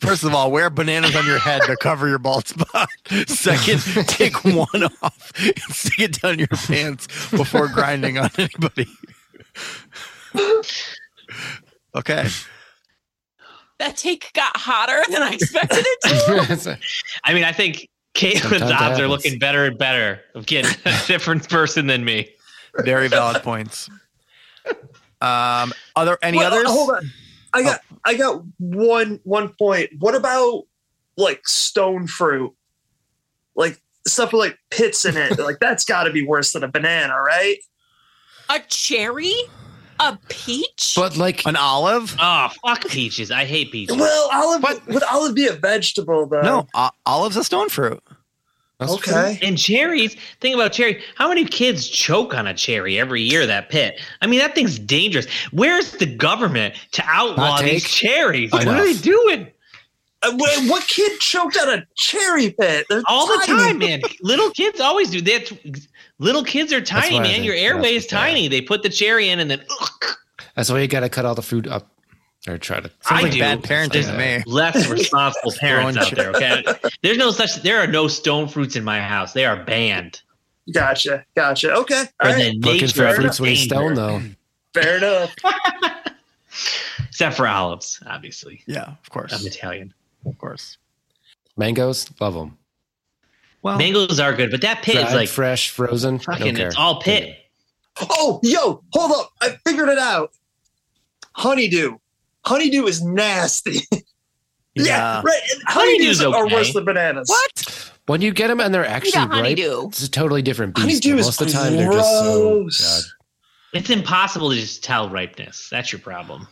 Speaker 3: First of all, wear bananas on your head to cover your bald spot. [laughs] Second, [laughs] take one off and stick it down your pants before grinding on anybody. [laughs] Okay.
Speaker 6: That take got hotter than I expected it
Speaker 1: [laughs]
Speaker 6: to.
Speaker 5: [laughs] I mean, I think Caitlin's
Speaker 4: Sometimes it
Speaker 5: odds are
Speaker 4: happens.
Speaker 5: looking better and better of getting
Speaker 4: [laughs]
Speaker 5: a different person than me.
Speaker 3: Very valid points. Um, are there [laughs] any
Speaker 1: Wait,
Speaker 3: others? Oh.
Speaker 1: Hold on. I got I got one one point. What about like stone fruit? Like stuff with like pits in it. like that's gotta be worse than a banana, right?
Speaker 6: A cherry? A peach?
Speaker 4: but like
Speaker 3: An olive?
Speaker 5: Oh, fuck peaches. I hate peaches.
Speaker 1: Well, olive
Speaker 3: What?
Speaker 1: would olive be a vegetable though?
Speaker 3: no, o- olive's a stone fruit.
Speaker 1: Okay.
Speaker 5: And cherries, think about cherry. How many kids choke on a cherry every year? That pit. I mean, that thing's dangerous. Where's the government to outlaw
Speaker 4: Hot take.
Speaker 5: these cherries? What
Speaker 4: Enough.
Speaker 5: are they doing
Speaker 1: Uh, wait, what kid choked on a cherry pit? They're
Speaker 5: all the
Speaker 1: tiny.
Speaker 5: time, man? little kids always do that. Little kids are tiny,
Speaker 4: why I
Speaker 5: man.
Speaker 4: think
Speaker 5: Your
Speaker 4: that's
Speaker 5: airway is
Speaker 4: what they are.
Speaker 5: tiny. They put the cherry in, and then
Speaker 4: that's why you got to cut all the food up or try to.
Speaker 5: I
Speaker 3: like
Speaker 5: do.
Speaker 3: bad parenting to me.
Speaker 4: [laughs]
Speaker 5: less responsible parents
Speaker 3: Throwing
Speaker 5: out there. Okay, there's no such. There are no stone fruits in my house. They are banned.
Speaker 1: Gotcha, gotcha. Okay.
Speaker 5: Or
Speaker 1: All right.
Speaker 5: the
Speaker 4: Looking
Speaker 5: nature
Speaker 4: for
Speaker 5: of
Speaker 4: fruits when he's
Speaker 5: danger.
Speaker 4: stoned though.
Speaker 1: Fair enough.
Speaker 5: except for olives, obviously.
Speaker 3: Yeah, of
Speaker 5: I'm
Speaker 3: course.
Speaker 5: Italian.
Speaker 3: Of course.
Speaker 4: Mangoes, love them.
Speaker 1: Oh.
Speaker 3: Well,
Speaker 5: Mangoes are good, but that pit
Speaker 4: Dried,
Speaker 5: is like
Speaker 4: fresh, frozen. don't
Speaker 5: fucking.
Speaker 4: care.
Speaker 5: It's all pit.
Speaker 1: Oh, yo, hold up. I figured it out. Honeydew. Honeydew is nasty. [laughs] yeah.
Speaker 3: Yeah.
Speaker 1: right. And
Speaker 5: Honeydew's
Speaker 1: Honeydews are
Speaker 5: okay.
Speaker 1: worse than bananas.
Speaker 3: what?
Speaker 4: When you get them and they're
Speaker 6: You
Speaker 4: actually
Speaker 6: got
Speaker 4: ripe,
Speaker 6: honeydew.
Speaker 4: it's a totally different beast.
Speaker 1: Honeydew
Speaker 4: but
Speaker 1: is
Speaker 4: Most of the time, they're just so.
Speaker 1: gross.
Speaker 4: God.
Speaker 5: It's impossible to just tell ripeness. That's your problem.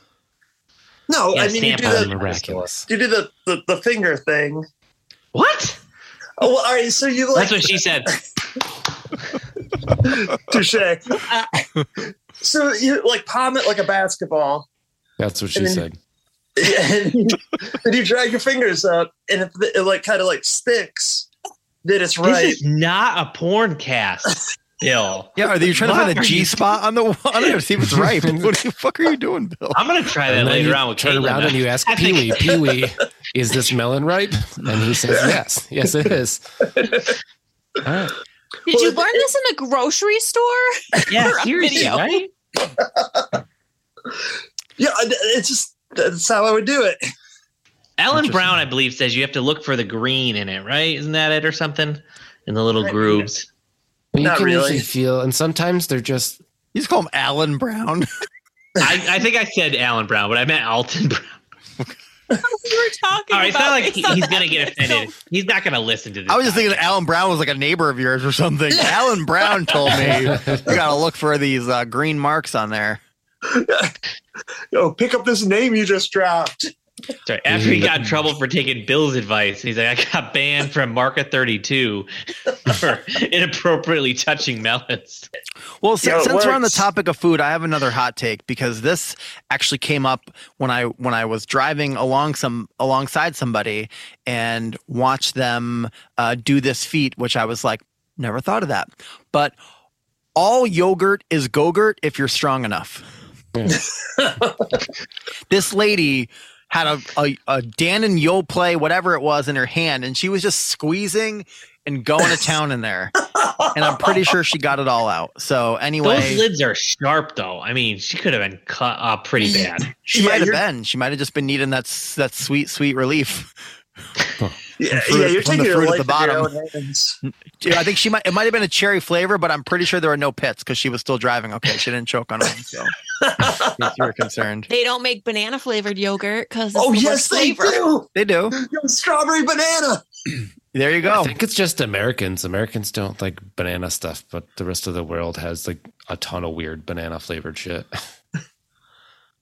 Speaker 1: No,
Speaker 5: Yeah,
Speaker 1: I mean you
Speaker 5: stamp
Speaker 1: do
Speaker 5: on
Speaker 1: the
Speaker 5: it.
Speaker 4: miraculous.
Speaker 1: you do the, the, the finger thing.
Speaker 5: What?
Speaker 1: Oh, well, all right. So you like
Speaker 5: That's what she said.
Speaker 1: touche. Uh,
Speaker 5: [laughs]
Speaker 1: so you like palm it like a basketball,
Speaker 4: That's what she
Speaker 1: And then-
Speaker 4: said.
Speaker 1: [laughs] and you, and you drag your fingers up, and if it like kind of like sticks, then it's right.
Speaker 5: This is not a porn cast, Bill.
Speaker 3: Yeah, are you trying to
Speaker 5: What
Speaker 3: find a
Speaker 5: are
Speaker 3: G
Speaker 5: you-
Speaker 3: spot on the on it to see if it's [laughs] right? what the fuck are you doing, Bill?
Speaker 5: I'm gonna try that
Speaker 4: And then
Speaker 5: later
Speaker 4: you
Speaker 5: on with
Speaker 4: turn
Speaker 5: Caitlin.
Speaker 4: around and you ask
Speaker 5: I
Speaker 4: Pee Wee,
Speaker 5: think-
Speaker 4: Pee Wee, is this melon ripe? And he says, yes. Yes, it is. All right.
Speaker 6: Did you learn this in a grocery store? [laughs]
Speaker 5: [laughs] yeah,
Speaker 6: for a
Speaker 5: seriously,
Speaker 6: video.
Speaker 5: right?
Speaker 1: yeah, I- it's just that's how I would do it.
Speaker 5: Ellen
Speaker 3: Interesting.
Speaker 5: Brown, I believe, says you have to look for the green in it, right? Isn't that it or something? In the little
Speaker 1: I mean,
Speaker 5: grooves.
Speaker 4: But you
Speaker 1: Not
Speaker 4: can
Speaker 1: really.
Speaker 4: usually feel, and sometimes they're just. [laughs]
Speaker 3: You just call him Alan Brown.
Speaker 5: I, I think I said Alan Brown, but I meant Alton Brown.
Speaker 6: We were talking
Speaker 5: All right, it's
Speaker 6: about
Speaker 5: not like he-
Speaker 6: based on
Speaker 5: he's
Speaker 6: the
Speaker 5: gonna get
Speaker 6: evidence.
Speaker 5: offended. He's not gonna listen to this.
Speaker 3: I was just thinking
Speaker 5: podcast.
Speaker 3: Alan Brown was like a neighbor of yours or [laughs] something. Alan Brown told [laughs] me you gotta look for these uh, green marks on there.
Speaker 1: Yo, pick up this name you just dropped.
Speaker 5: Sorry, after he got in trouble for taking Bill's advice, he's like, I got banned from Marca 32 [laughs] for inappropriately touching melons.
Speaker 3: Well, si-
Speaker 1: Yeah, it
Speaker 3: since we're on the
Speaker 1: works.
Speaker 3: topic of food, I have another hot take because this actually came up when I when I was driving along some alongside somebody and watched them uh, do this feat, which I was like, never thought of that. But all yogurt is gogurt if you're
Speaker 1: [laughs]
Speaker 3: strong enough. this lady had a, a, a Dan and Yo play, whatever it was, in her hand, and she was just squeezing and going to town in there. And I'm
Speaker 1: [laughs]
Speaker 3: pretty sure she got it all out. So
Speaker 5: Those
Speaker 3: anyway,
Speaker 5: lids are sharp, though. I mean, she could have been cut up pretty bad.
Speaker 3: she might have
Speaker 1: you're-
Speaker 3: been. She might have just been needing that s- that sweet, sweet relief. [laughs]
Speaker 1: Yeah,
Speaker 3: fruit-
Speaker 1: yeah, you're
Speaker 3: from
Speaker 1: taking
Speaker 3: the
Speaker 1: your
Speaker 3: fruit
Speaker 1: life
Speaker 3: at the
Speaker 1: in your
Speaker 3: bottom.
Speaker 1: own
Speaker 3: [laughs]
Speaker 1: hands.
Speaker 3: Dude, I think she might. It might have been a cherry flavor, but I'm pretty sure there were no pits because she was still driving. Okay, she didn't choke on them. So
Speaker 1: [laughs]
Speaker 3: if you were concerned,
Speaker 6: They don't make banana flavored yogurt because
Speaker 1: Oh yes, they do.
Speaker 3: they do.
Speaker 1: Yo, strawberry banana.
Speaker 3: There you
Speaker 4: I
Speaker 3: go.
Speaker 4: think it's just Americans. Americans don't like banana stuff, but the rest of the world has like a ton of weird banana flavored shit.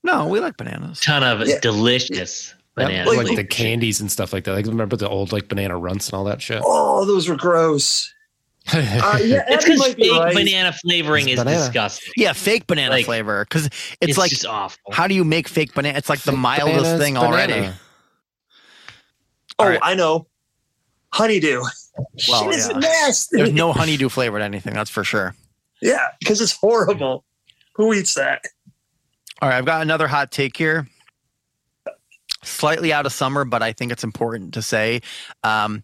Speaker 3: No, we like bananas.
Speaker 5: Ton of
Speaker 1: Yeah.
Speaker 5: delicious bananas.
Speaker 4: like
Speaker 1: like-
Speaker 4: the candies and stuff like that. Like remember the old like banana runts and all that shit.
Speaker 1: Oh, those were gross. [laughs]
Speaker 3: [laughs]
Speaker 1: Uh,
Speaker 4: [laughs]
Speaker 1: yeah, Abby
Speaker 5: it's because
Speaker 1: might be
Speaker 5: fake
Speaker 1: right.
Speaker 5: banana flavoring
Speaker 4: It's
Speaker 5: is
Speaker 4: banana.
Speaker 5: disgusting.
Speaker 3: Yeah, fake banana
Speaker 5: Like,
Speaker 3: flavor because it's,
Speaker 5: It's,
Speaker 3: like
Speaker 5: just awful.
Speaker 3: How do you make fake banana? It's like the mildest
Speaker 4: Bananas,
Speaker 3: thing
Speaker 4: banana.
Speaker 3: already.
Speaker 1: Oh,
Speaker 3: All right.
Speaker 1: I know. Honeydew.
Speaker 3: Well,
Speaker 1: Shit is
Speaker 3: yeah.
Speaker 1: nasty.
Speaker 3: There's no honeydew flavored anything, that's for sure.
Speaker 1: Yeah, because it's horrible. Who eats that?
Speaker 3: All right, I've got another hot take here. Slightly out of summer, but I think it's important to say. Um,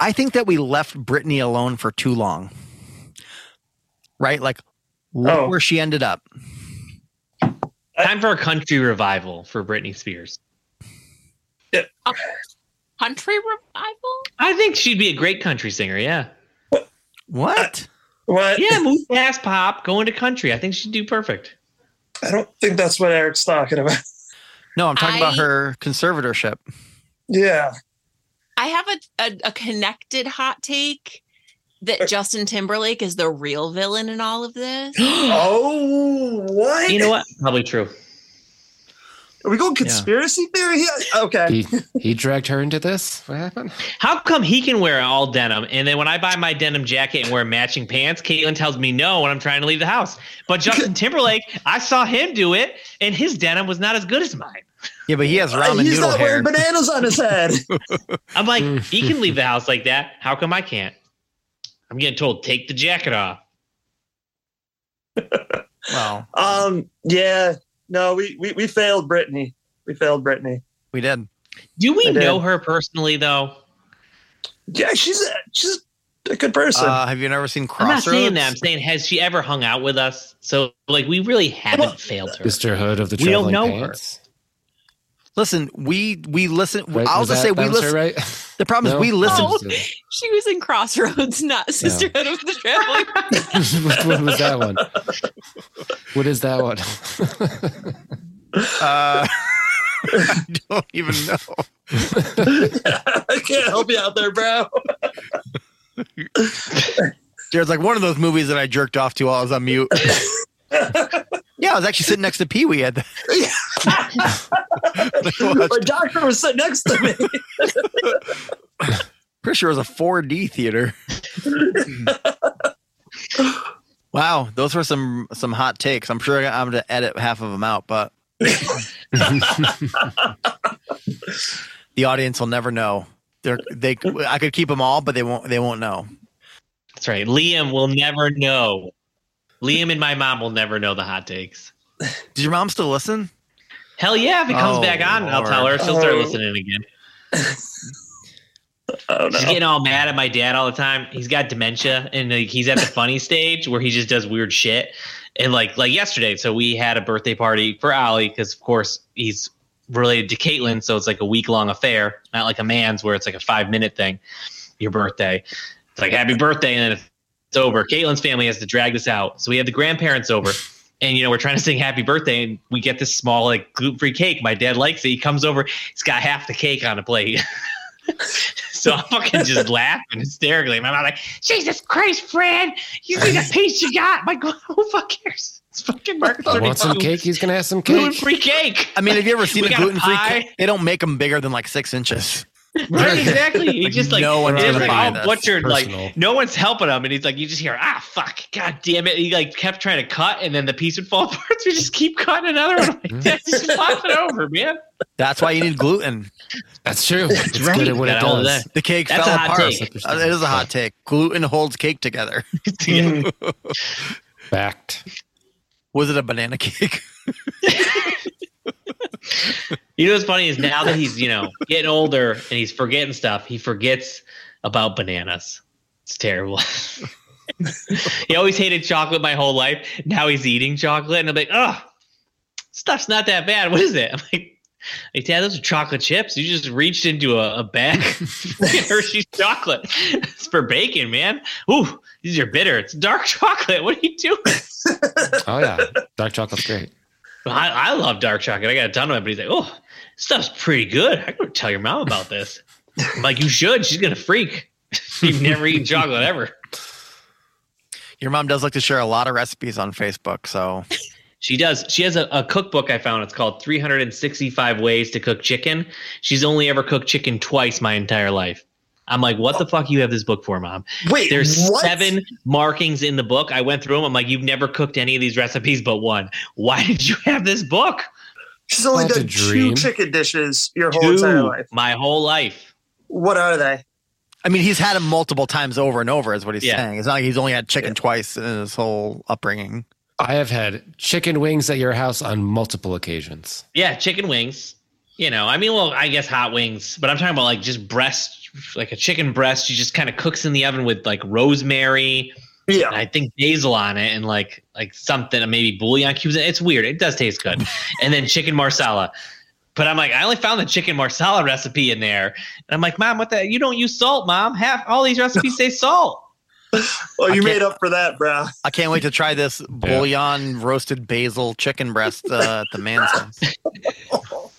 Speaker 3: I think that we left Brittany alone for too long. Right? Like, look
Speaker 1: Oh.
Speaker 3: where she ended up.
Speaker 5: Time for a country revival for Britney Spears.
Speaker 6: Country revival?
Speaker 5: I think she'd be a great country singer. Yeah.
Speaker 3: What?
Speaker 1: Uh, What?
Speaker 5: Yeah, move past pop, go into country. I think she'd
Speaker 1: [gasps]
Speaker 5: do perfect.
Speaker 1: I don't think that's what Eric's talking about. [laughs]
Speaker 3: No, I'm talking about
Speaker 6: I-
Speaker 3: her conservatorship.
Speaker 1: Yeah.
Speaker 6: I have a, a, a connected hot take that Justin Timberlake is the real villain in all of this.
Speaker 1: Oh, what?
Speaker 5: You know what? Probably true.
Speaker 1: Are we going conspiracy theory here? Okay.
Speaker 4: He he dragged her into this. What happened?
Speaker 5: How come he can wear all denim, and then when I buy my denim jacket and wear matching pants, Caitlin tells me no when I'm trying to leave the house.
Speaker 1: [laughs]
Speaker 5: But Justin Timberlake, I saw him do it, and his denim was not as good as mine.
Speaker 3: Yeah, but he has ramen
Speaker 1: He's
Speaker 3: noodle
Speaker 1: not
Speaker 3: hair.
Speaker 1: wearing bananas on his head.
Speaker 5: I'm like, he can leave the house like that. How come I can't? I'm getting told take the jacket off.
Speaker 3: well,
Speaker 1: um, yeah. No, we, we we failed Brittany. We failed Brittany.
Speaker 3: we did.
Speaker 5: Do we
Speaker 1: I did.
Speaker 5: know her personally though?
Speaker 1: Yeah, she's a, she's a good person.
Speaker 3: Uh, have you never seen
Speaker 5: I'm not
Speaker 3: Crossroads?
Speaker 5: saying that. I'm saying has she ever hung out with us? So like, we really
Speaker 1: Well,
Speaker 5: haven't failed her.
Speaker 4: Sisterhood of the
Speaker 5: We don't
Speaker 4: Traveling
Speaker 5: know her.
Speaker 4: Pants.
Speaker 3: Listen, we we listen.
Speaker 4: Right?
Speaker 3: I'll
Speaker 4: Was
Speaker 3: just
Speaker 4: that-
Speaker 3: say we
Speaker 4: that was her,
Speaker 3: listen.
Speaker 4: right?
Speaker 3: The problem
Speaker 4: No?
Speaker 3: is
Speaker 4: [laughs]
Speaker 3: we listen.
Speaker 6: Oh. She was in Crossroads, not Sisterhood of the Traveling.
Speaker 4: Which one was that one? What is that one?
Speaker 3: Uh, [laughs]
Speaker 5: [laughs]
Speaker 3: I don't even know.
Speaker 1: [laughs] I can't help you out there, bro.
Speaker 3: Jared's like one of those movies that I jerked off to while I was on mute. yeah, I was actually sitting next to Pee Wee at the. Like, well,
Speaker 1: [laughs] My doctor was sitting next to me.
Speaker 3: pretty sure it was a 4D theater. wow, those were some some hot takes. I'm sure I'm going to edit half of them out, but the audience will never know. They're, they I could keep them all, but they won't they won't know.
Speaker 5: That's right. Liam will never know. Liam and my mom will never know the hot takes.
Speaker 3: Does your mom still listen?
Speaker 5: Hell yeah, if it comes
Speaker 3: Oh,
Speaker 5: back on, I'll tell her.
Speaker 3: Lord.
Speaker 5: She'll start
Speaker 1: Oh.
Speaker 5: listening again.
Speaker 1: Oh
Speaker 5: She's getting all mad at my dad all the time. He's got dementia, and like, he's at the funny [laughs] stage where he just does weird shit. And like like yesterday, so we had a birthday party for Ollie because of course he's related to Caitlin, so it's like a week long affair, not like a man's where it's like a five minute thing. Your birthday, it's like happy birthday, and then it's over. Caitlin's family has to drag this out, so we have the
Speaker 3: [laughs]
Speaker 5: grandparents over. And you know we're trying to sing "Happy Birthday," and we get this small like gluten-free cake. My dad likes it. He comes over. He's got half the cake on a plate. [laughs] So I'm
Speaker 3: [laughs]
Speaker 5: fucking just laughing hysterically. My mom like, Jesus Christ, Fran, you see the piece you got? My God, [laughs] who fuck cares? It's fucking Mark
Speaker 4: I want some
Speaker 5: 32.
Speaker 4: cake. He's gonna have some
Speaker 5: Gluten
Speaker 4: cake.
Speaker 3: [laughs]
Speaker 5: free cake.
Speaker 3: I mean, have you ever seen
Speaker 5: [laughs] We
Speaker 3: a
Speaker 5: got a
Speaker 3: gluten free?
Speaker 5: pie.
Speaker 3: They don't make them bigger than like six inches.
Speaker 5: Right, exactly. He
Speaker 3: Like,
Speaker 5: just like
Speaker 3: no
Speaker 5: no
Speaker 3: one's
Speaker 5: one's
Speaker 3: gonna
Speaker 5: like
Speaker 3: buy
Speaker 5: all
Speaker 3: this.
Speaker 5: butchered.
Speaker 4: Personal.
Speaker 5: Like no one's helping him, and he's like, you just hear ah fuck, god damn it. He like kept trying to cut, and then the piece would fall [laughs] apart. So we just keep cutting another one. I'm Like, Dad, just flop it over, man.
Speaker 3: That's why you need gluten.
Speaker 4: That's true. It's good at what it
Speaker 5: Got all of
Speaker 4: does.
Speaker 5: that.
Speaker 3: The cake
Speaker 5: That's
Speaker 3: fell
Speaker 5: a hot
Speaker 3: apart.
Speaker 5: take.
Speaker 3: Uh, It is a hot take. Gluten holds cake together. [laughs]
Speaker 5: Yeah.
Speaker 4: Fact.
Speaker 3: Was it a banana cake? [laughs]
Speaker 5: You know what's funny is now that he's you know getting older and he's forgetting stuff, he forgets about bananas. It's terrible. [laughs] he always hated chocolate my whole life. Now he's eating chocolate, and I'm like, oh, stuff's not that bad. What is it? [laughs] I'm like, hey Dad, those are chocolate chips. You just reached into a, a bag of [laughs] Hershey's chocolate. [laughs] It's for bacon, man. Ooh, these are bitter. It's dark [laughs] chocolate. What are you doing?
Speaker 4: Oh yeah, dark chocolate's great.
Speaker 5: I, I love dark chocolate. I got a ton of it, but he's like, oh, this stuff's pretty good. I could tell your mom about this. I'm like, you should. She's gonna freak. [laughs] You've never eaten chocolate ever.
Speaker 3: Your mom does like to share a lot of recipes on Facebook, so
Speaker 5: She does. She has a, a cookbook I found. It's called 365 Ways to Cook Chicken. She's only ever cooked chicken twice my entire life. I'm like, what the fuck you have this book for, mom?
Speaker 1: Wait,
Speaker 5: There's
Speaker 1: what?
Speaker 5: seven markings in the book. I went through them. I'm like, you've never cooked any of these recipes but one. Why did you have this book?
Speaker 1: She's only
Speaker 4: That's a
Speaker 1: done two
Speaker 4: dream.
Speaker 1: chicken dishes your whole entire
Speaker 5: Two,
Speaker 1: life.
Speaker 5: My whole life.
Speaker 1: What are they?
Speaker 3: I mean, he's had him multiple times over and over, is what he's
Speaker 5: Yeah.
Speaker 3: saying. It's not like he's only had chicken twice in his whole upbringing.
Speaker 7: I have had chicken wings at your house on multiple occasions.
Speaker 5: Yeah, chicken wings. You know, I mean, well, I guess hot wings, but I'm talking about like just breast, like a chicken breast. She just kind of cooks in the oven with like rosemary, and
Speaker 1: Yeah.
Speaker 5: I think basil on it, and like like something, maybe bouillon cubes. It's weird. It does taste good, and then chicken marsala. But I'm like, I only found the chicken marsala recipe in there, and I'm like, Mom, what the? You don't use salt, Mom. Half all these recipes say salt.
Speaker 1: Well,
Speaker 3: I
Speaker 1: you
Speaker 3: can't-
Speaker 1: made up for that, bro. [laughs]
Speaker 3: I can't wait to try this bouillon roasted basil chicken breast uh, at the man's
Speaker 4: [laughs]
Speaker 3: house.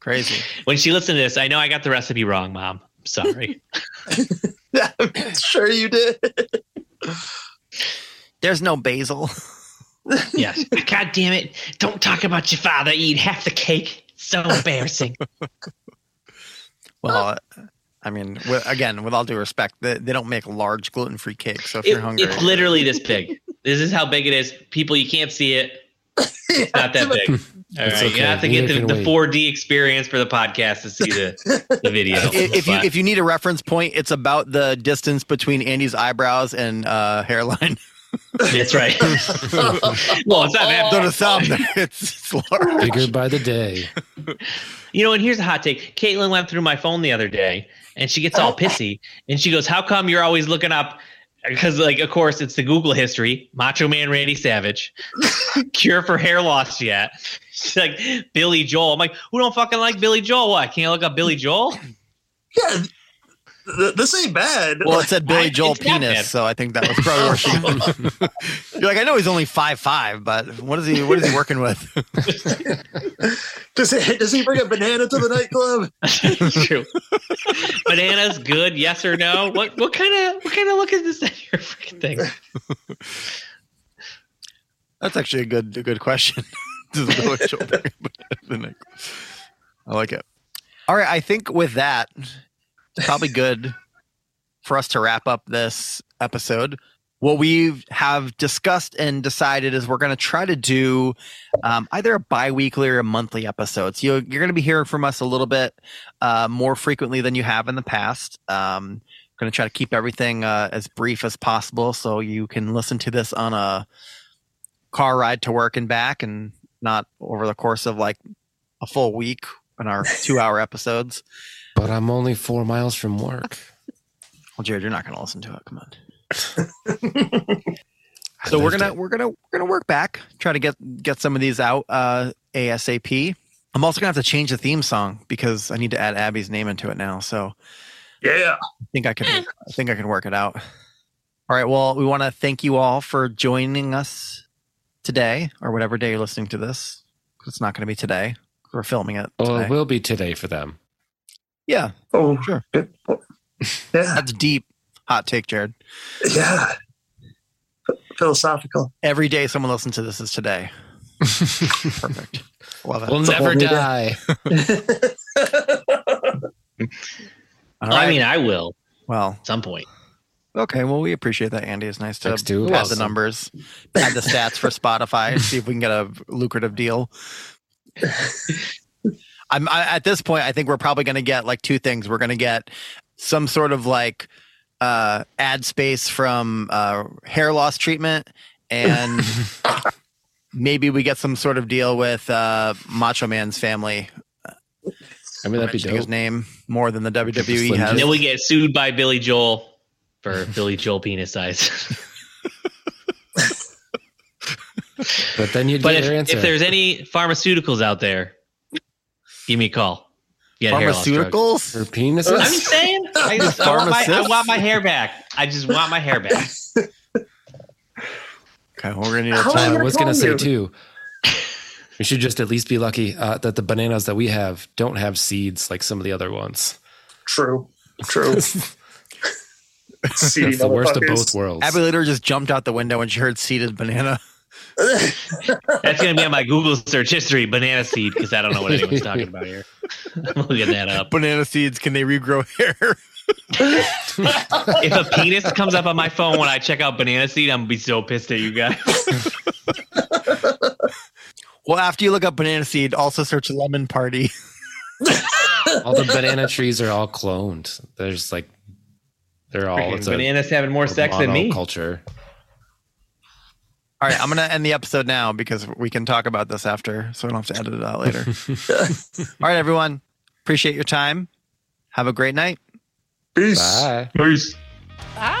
Speaker 3: Crazy.
Speaker 5: When she listened to this, I know I got the recipe wrong, Mom. I'm Sorry.
Speaker 1: sure you did.
Speaker 3: There's no basil.
Speaker 5: [laughs] Yes. God damn it. Don't talk about your father eating half the cake. So [laughs] embarrassing.
Speaker 3: Well, I mean, wi- again, with all due respect, they, they don't make large gluten free cakes. So if
Speaker 5: It-
Speaker 3: you're hungry,
Speaker 5: it's literally this big. This is how big it is. People, you can't see it. It's
Speaker 1: [laughs]
Speaker 5: not
Speaker 3: [laughs]
Speaker 5: that big. All right.
Speaker 7: It's
Speaker 5: You
Speaker 7: okay.
Speaker 5: have to get
Speaker 7: Neither
Speaker 5: the,
Speaker 7: can
Speaker 5: the
Speaker 7: we.
Speaker 5: 4D experience for the podcast to see the, the video.
Speaker 3: I- [laughs] if you
Speaker 5: But-
Speaker 3: if you need a reference point, it's about the distance between Andy's eyebrows and uh, hairline. [laughs]
Speaker 5: that's right. [laughs] well, it's not that
Speaker 3: Not a thumb. It's, it's large.
Speaker 7: Bigger by the day.
Speaker 5: You know, and here's a hot take. Caitlin went through my phone the other day and she gets all pissy and she goes, How come you're always looking up? Because, like, of course, it's the Google history Macho Man Randy Savage, cure for hair loss yet. She's like, Billy Joel. I'm like, Who don't fucking like Billy Joel? What? Can't I look up Billy Joel? [laughs]
Speaker 1: Yeah. Th- this ain't bad.
Speaker 3: Well, it said Billy
Speaker 5: I-
Speaker 3: Joel
Speaker 5: it's not bad.
Speaker 3: penis, so I think that was probably where she. [laughs]
Speaker 5: [laughs]
Speaker 3: You're like, I know he's only five five, but what is he? What is he working with?
Speaker 1: [laughs] does, he, does he bring a banana to the nightclub?
Speaker 5: It's true. Bananas good, yes or no? What what kind of what kind of look is this at your freaking thing?
Speaker 3: That's actually a good a good question. [laughs] Does Billy Joel bring up the neck? I like it. All right, I think with that, it's probably good for us to wrap up this episode. What we have discussed and decided is we're going to try to do um, either a bi-weekly or a monthly episode. So you're, you're going to be hearing from us a little bit uh, more frequently than you have in the past. Um, going to try to keep everything uh, as brief as possible so you can listen to this on a car ride to work and back and not over the course of like a full week in our two hour episodes.
Speaker 7: But I'm only four miles from work.
Speaker 3: Well, Jared, you're not going to listen to it. Come on. so we're gonna we're gonna we're gonna work back, try to get get some of these out uh, ASAP. I'm also gonna have to change the theme song because I need to add Abby's name into it now. So
Speaker 1: Yeah.
Speaker 3: I think I can. I think I can work it out. All right. Well, we want to thank you all for joining us today, or whatever day you're listening to this. 'cause It's not going to be today. We're filming it.
Speaker 4: Oh,
Speaker 7: Well,
Speaker 3: today.
Speaker 7: it will be today for [laughs] them.
Speaker 3: yeah,
Speaker 1: Oh,
Speaker 3: Sure.
Speaker 1: good point. Yeah.
Speaker 3: that's deep. Hot take, Jared.
Speaker 1: Yeah. Philosophical. [laughs]
Speaker 3: Every day someone listens to this is today. Perfect. Love it.
Speaker 7: We'll never
Speaker 1: whole new day.
Speaker 7: die.
Speaker 3: all right.
Speaker 5: I mean, I will
Speaker 3: well,
Speaker 5: at some point.
Speaker 3: okay. Well, we appreciate that, Andy. It's nice to
Speaker 7: Thanks, dude.
Speaker 3: add the
Speaker 7: Awesome.
Speaker 3: numbers, add the
Speaker 7: [laughs]
Speaker 3: stats for Spotify, see if we can get a lucrative deal. I'm I, at this point. I think we're probably going to get like two things. We're going to get some sort of like uh, ad space from uh, hair loss treatment, and
Speaker 7: [laughs]
Speaker 3: maybe we get some sort of deal with uh, Macho Man's family.
Speaker 7: I mean, that'd be
Speaker 3: mentioning
Speaker 7: dope.
Speaker 3: his name more than the WWE
Speaker 7: Slim
Speaker 3: has.
Speaker 5: And then we get sued by Billy Joel for Billy Joel penis size. [laughs]
Speaker 7: But then you'd
Speaker 5: but
Speaker 7: get
Speaker 5: if,
Speaker 7: your answer.
Speaker 5: if there's any pharmaceuticals out there, give me a call. You got a hair loss drug.
Speaker 7: for
Speaker 3: Pharmaceuticals.
Speaker 7: penises?
Speaker 5: I'm just saying. I, just, I, want my, I
Speaker 3: Pharmacist?
Speaker 5: want my hair back. I just want my hair back.
Speaker 3: Okay, well, we're gonna need a
Speaker 1: How
Speaker 3: time.
Speaker 1: am
Speaker 7: I was gonna
Speaker 1: telling
Speaker 7: say
Speaker 1: you.
Speaker 7: too.
Speaker 5: [laughs]
Speaker 7: We should just at least be lucky uh, that the bananas that we have don't have seeds like some of the other
Speaker 5: [laughs]
Speaker 7: ones.
Speaker 1: True.
Speaker 4: [laughs]
Speaker 1: True. Seedy
Speaker 7: That's the worst of
Speaker 1: motherfuckers.
Speaker 7: both worlds.
Speaker 3: Abby later just jumped out the window when she heard seeded banana. [laughs]
Speaker 5: That's going to be on my Google search history, banana seed, because I don't know what anyone's talking about here. I'm looking that up.
Speaker 3: Banana seeds, can they regrow [laughs] hair?
Speaker 5: If a penis comes up on my phone when I check out banana seed, I'm going to be so pissed at you guys.
Speaker 3: well, after you look up banana seed, also search lemon party. [laughs]
Speaker 5: [laughs]
Speaker 7: all the banana trees are all cloned. There's like They're
Speaker 4: Oh,
Speaker 7: all it's
Speaker 5: Freaking
Speaker 7: a
Speaker 5: bananas having more sex than me. [laughs]
Speaker 7: culture.
Speaker 3: All right, I'm gonna end the episode now because we can talk about this after, so I don't have to edit it out later. All right, everyone, appreciate your time. Have a great night.
Speaker 1: [laughs] Peace.
Speaker 7: Bye.
Speaker 5: Peace.
Speaker 6: Bye.